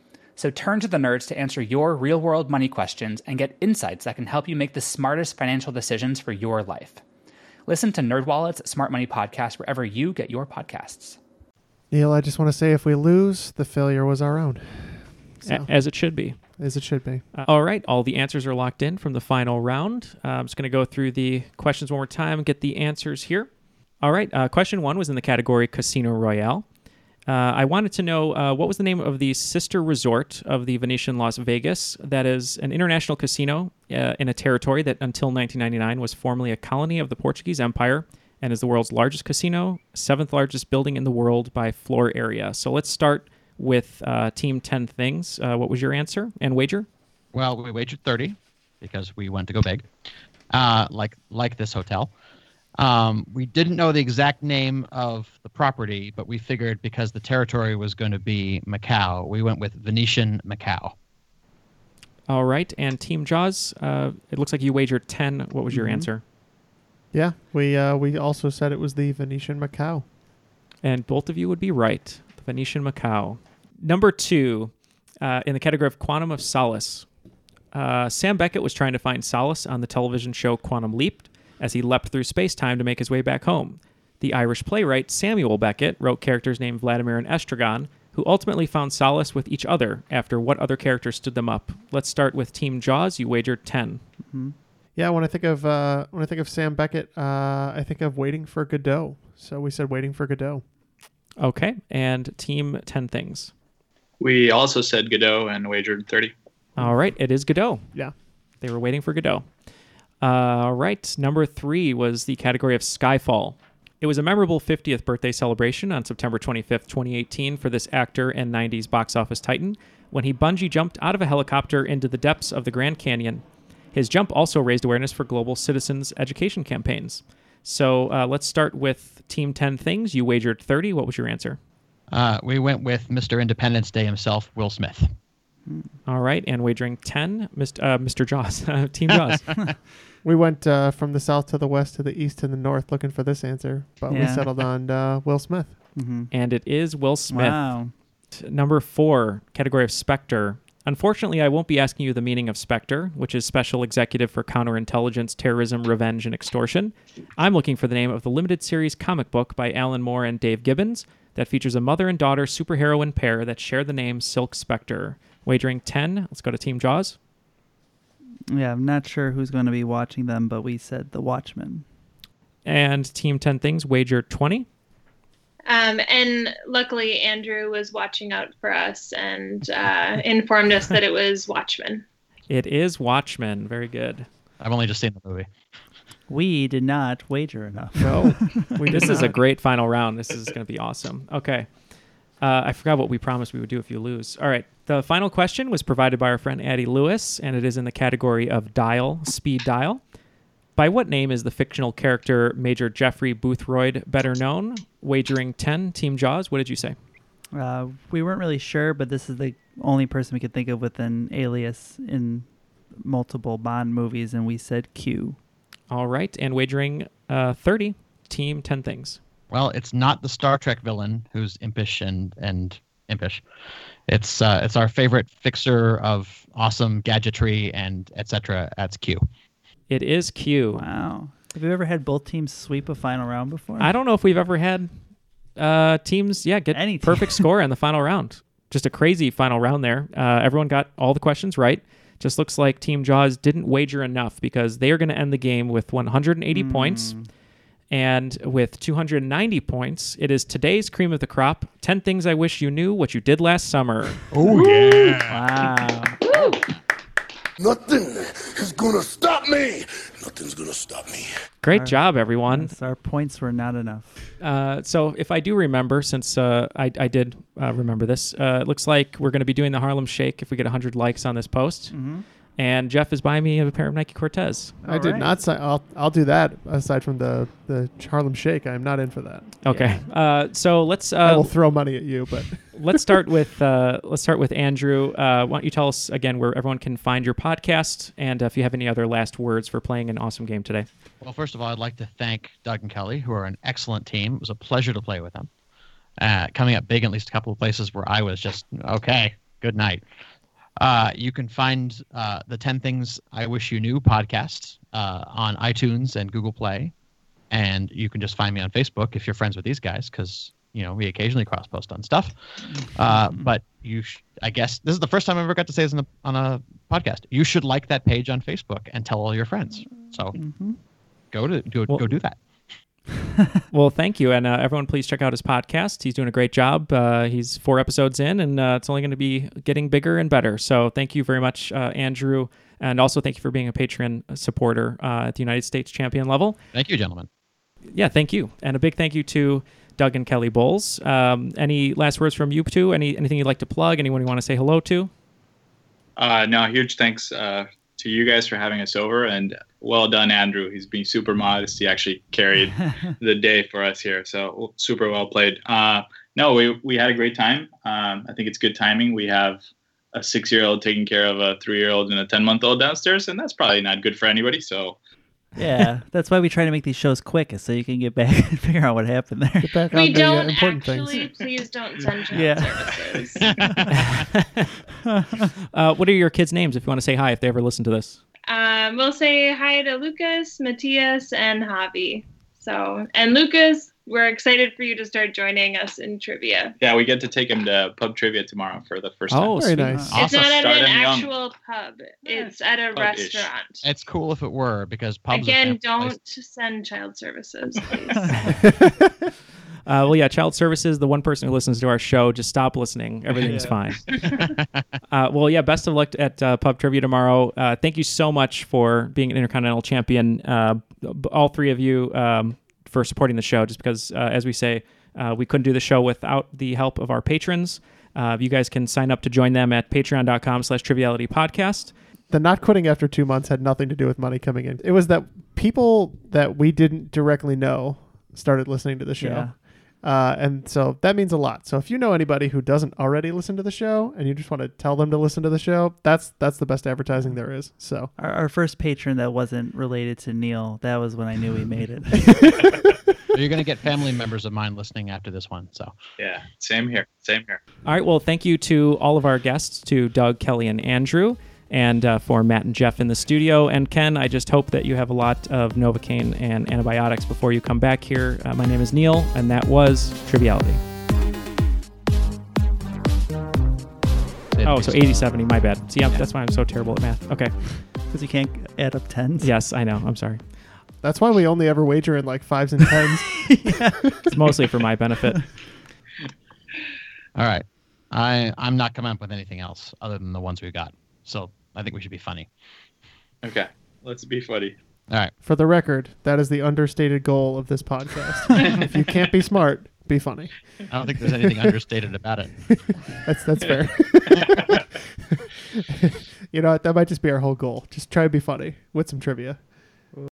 Speaker 13: So turn to the nerds to answer your real world money questions and get insights that can help you make the smartest financial decisions for your life. Listen to NerdWallet's Smart Money Podcast wherever you get your podcasts.
Speaker 5: Neil, I just want to say if we lose, the failure was our own.
Speaker 3: A- as it should be.
Speaker 5: As it should be.
Speaker 3: Uh, all right, all the answers are locked in from the final round. Uh, I'm just going to go through the questions one more time, get the answers here. All right, uh, question one was in the category Casino Royale. Uh, I wanted to know uh, what was the name of the sister resort of the Venetian Las Vegas, that is an international casino uh, in a territory that until 1999 was formerly a colony of the Portuguese Empire and is the world's largest casino, seventh largest building in the world by floor area. So let's start with uh, Team 10 Things. Uh, what was your answer and wager?
Speaker 6: Well, we wagered 30 because we went to go big, uh, like like this hotel. Um, we didn't know the exact name of the property, but we figured because the territory was going to be Macau, we went with Venetian Macau.
Speaker 3: All right, and Team Jaws, uh, it looks like you wagered 10. What was your
Speaker 5: Mhm.
Speaker 3: answer?
Speaker 5: Yeah, we uh, we also said it was the Venetian Macau.
Speaker 3: And both of you would be right. The Venetian Macau. Number two, uh, in the category of Quantum of Solace. Uh, Sam Beckett was trying to find solace on the television show Quantum Leap as he leapt through space time to make his way back home. The Irish playwright Samuel Beckett wrote characters named Vladimir and Estragon, who ultimately found solace with each other after what other characters stood them up. Let's start with Team Jaws. You wagered 10.
Speaker 5: Yeah, when I think of uh, when I think of Sam Beckett, uh, I think of Waiting for Godot. So we said Waiting for Godot.
Speaker 3: Okay. And Team 10 Things.
Speaker 7: We also said Godot and wagered 30.
Speaker 3: All right, it is Godot.
Speaker 5: Yeah.
Speaker 3: They were waiting for Godot. Uh, All right, number three was the category of Skyfall. It was a memorable 50th birthday celebration on September 25th, 2018, for this actor and 90s box office titan when he bungee jumped out of a helicopter into the depths of the Grand Canyon. His jump also raised awareness for global citizens' education campaigns. So uh, let's start with Team 10 Things. You wagered 30. What was your answer?
Speaker 6: Uh, we went with Mr. Independence Day himself, Will Smith.
Speaker 3: All right, and wagering 10, Mr. Uh, Mr. Jaws, *laughs* Team Jaws.
Speaker 5: *laughs* We went uh, from the south to the west to the east to the north looking for this answer, but we
Speaker 3: Yeah.
Speaker 5: settled on uh, Will Smith.
Speaker 3: And it is Will Smith.
Speaker 5: Wow.
Speaker 3: T- Number four, category of Spectre. Unfortunately, I won't be asking you the meaning of Spectre, which is Special Executive for Counterintelligence, Terrorism, Revenge, and Extortion. I'm looking for the name of the limited series comic book by Alan Moore and Dave Gibbons that features a mother and daughter superheroine pair that share the name Silk Spectre. Wagering 10. Let's go to Team Jaws.
Speaker 4: Yeah, I'm not sure who's going to be watching them, but we said the Watchmen.
Speaker 3: And Team 10 Things, wager 20.
Speaker 8: Um, and luckily, Andrew was watching out for us and uh, informed us that it was Watchmen.
Speaker 3: It is Watchmen. Very good.
Speaker 6: I've only just seen the movie.
Speaker 4: We did not wager enough.
Speaker 3: *laughs* No.
Speaker 4: We
Speaker 3: this
Speaker 4: did
Speaker 3: is a
Speaker 4: not.
Speaker 3: great final round. This is going to be awesome. Okay. Uh, I forgot what we promised we would do if you lose. All right. The final question was provided by our friend Addie Lewis, and it is in the category of dial, speed dial. By what name is the fictional character Major Jeffrey Boothroyd better known? Wagering 10, Team Jaws. What did you say?
Speaker 4: Uh, we weren't really sure, but this is the only person we could think of with an alias in multiple Bond movies, and we said Q.
Speaker 3: All right. And wagering uh, 30, Team 10 Things.
Speaker 6: Well, it's not the Star Trek villain who's impish and and impish. It's uh, it's our favorite fixer of awesome gadgetry and etc. That's Q.
Speaker 3: It is Q.
Speaker 4: Wow. Have you ever had both teams sweep a final round before?
Speaker 3: I don't know if we've ever had uh, teams, yeah, get any perfect score in the final round. Just a crazy final round there. Uh, everyone got all the questions right. Just looks like Team Jaws didn't wager enough because they are going to end the game with 180 points. And with 290 points, it is today's cream of the crop 10 things I wish you knew what you did last summer.
Speaker 2: Oh,
Speaker 4: yeah. Wow.
Speaker 2: Nothing is gonna stop me. Nothing's gonna stop me.
Speaker 3: Great job, everyone.
Speaker 4: our points were not enough.
Speaker 3: Uh, so if I do remember, since uh, I, I did uh, remember this, uh, it looks like we're going to be doing the Harlem Shake if we get 100 likes on this post.
Speaker 4: Mm-hmm.
Speaker 5: Mhm.
Speaker 3: And Jeff is buying me a pair of Nike Cortez.
Speaker 5: I did not sign. I'll, I'll do that aside from the, the Harlem Shake. I'm not in for that.
Speaker 3: Okay. Uh, so let's. Uh,
Speaker 5: I will throw money at you, but
Speaker 3: *laughs* let's start with uh, let's start with Andrew. Uh, why don't you tell us again where everyone can find your podcast, and uh, if you have any other last words for playing an awesome game today?
Speaker 6: Well, first of all, I'd like to thank Doug and Kelly, who are an excellent team. It was a pleasure to play with them. Uh, coming up big in at least a couple of places where I was just, okay, good night. Uh, you can find uh, the 10 Things I Wish You Knew podcast uh, on iTunes and Google Play. And you can just find me on Facebook if you're friends with these guys, because, you know, we occasionally cross post on stuff. Uh, but you, sh- I guess, this is the first time I ever got to say this in a, on a podcast. You should like that page on Facebook and tell all your friends. So
Speaker 4: Mm-hmm.
Speaker 6: go to go, go do that.
Speaker 3: well, thank you, and uh, everyone, please check out his podcast. He's doing a great job. Uh, he's four episodes in, and uh, it's only going to be getting bigger and better. So, thank you very much, uh, Andrew, and also thank you for being a Patreon supporter uh, at the United States champion level.
Speaker 6: Thank you, gentlemen.
Speaker 3: Yeah, thank you, and a big thank you to Doug and Kelly Bowles. Um, any last words from you two? Any anything you'd like to plug? Anyone you want to say hello to?
Speaker 7: Uh, no, huge thanks uh, to you guys for having us over, and well done, Andrew. He's being super modest. He actually
Speaker 8: *laughs*
Speaker 7: carried the day for us here, so super well played. Uh, no, we we had a great time. Um, I think it's good timing. We have a six-year-old taking care of a three-year-old and a ten-month-old downstairs, and that's probably not good for anybody. So
Speaker 4: Yeah, that's why we try to make these shows quick, is so you can get back *laughs* and figure out what happened there. Get back
Speaker 5: uh,
Speaker 8: we don't actually, please don't
Speaker 4: *laughs*
Speaker 8: send child
Speaker 4: Yeah. *laughs*
Speaker 8: services.
Speaker 3: *laughs* Uh, what are your kids' names if you want to say hi if they ever listen to this?
Speaker 8: um, we'll say hi to Lucas, Matthias, and Javi. So, and Lucas, we're excited for you to start joining us in trivia.
Speaker 7: yeah, we get to take him to pub trivia tomorrow for the first time.
Speaker 5: Oh, Very sweet. nice.
Speaker 8: It's
Speaker 6: Awesome.
Speaker 8: not at
Speaker 6: Start
Speaker 8: an
Speaker 6: him young.
Speaker 8: actual pub. It's at a
Speaker 6: Pub-ish.
Speaker 8: restaurant.
Speaker 6: It's cool if it were because pubs
Speaker 8: Again,
Speaker 6: are
Speaker 8: don't send child services, please.
Speaker 3: Uh, well, yeah, child services. The one person who listens to our show, just stop listening. Everything's
Speaker 6: Yeah.
Speaker 3: fine. uh, well, yeah, best of luck at uh, Pub Trivia tomorrow. Uh, thank you so much for being an Intercontinental Champion, uh, b- all three of you, um, for supporting the show. Just because, uh, as we say, uh, we couldn't do the show without the help of our patrons. Uh, you guys can sign up to join them at patreon.com slash triviality podcast.
Speaker 5: the not quitting after two months had nothing to do with money coming in. It was that people that we didn't directly know started listening to the show.
Speaker 4: Yeah.
Speaker 5: Uh, and so that means a lot. So if you know anybody who doesn't already listen to the show and you just want to tell them to listen to *laughs* the show, that's that's the best advertising there is. So
Speaker 4: Our, our first patron that wasn't related to Neil, that was when I knew we made
Speaker 5: *laughs*
Speaker 4: it.
Speaker 6: *laughs* You're going to get family members of mine listening after this one. So
Speaker 7: yeah, same here. Same here.
Speaker 3: All right. Well, thank you to all of our guests, to Doug, Kelly, and Andrew, and uh, for Matt and Jeff in the studio. And Ken, I just hope that you have a lot of Novocaine and antibiotics before you come back here. Uh, my name is Neil, and that was Triviality.
Speaker 6: Say it
Speaker 3: Oh, so 80 70. My bad. See, I'm, that's why I'm so terrible at
Speaker 4: *laughs*
Speaker 3: math. Okay.
Speaker 4: Because you can't add up tens.
Speaker 3: Yes, I know. I'm sorry.
Speaker 5: That's why we only ever wager in like fives and tens.
Speaker 3: It's mostly for
Speaker 4: *laughs*
Speaker 3: my benefit.
Speaker 6: All right. I I'm not coming up with anything else other than the ones we've got. So I think we should be funny.
Speaker 7: Okay, let's be funny.
Speaker 6: All right.
Speaker 5: For the record, that is the understated goal of this podcast. if you can't be smart, be funny.
Speaker 6: I don't think there's anything understated about it.
Speaker 5: *laughs* that's
Speaker 6: *laughs*
Speaker 5: that's fair. *laughs* you know what? That might just be our whole goal. Just try to be funny with some trivia.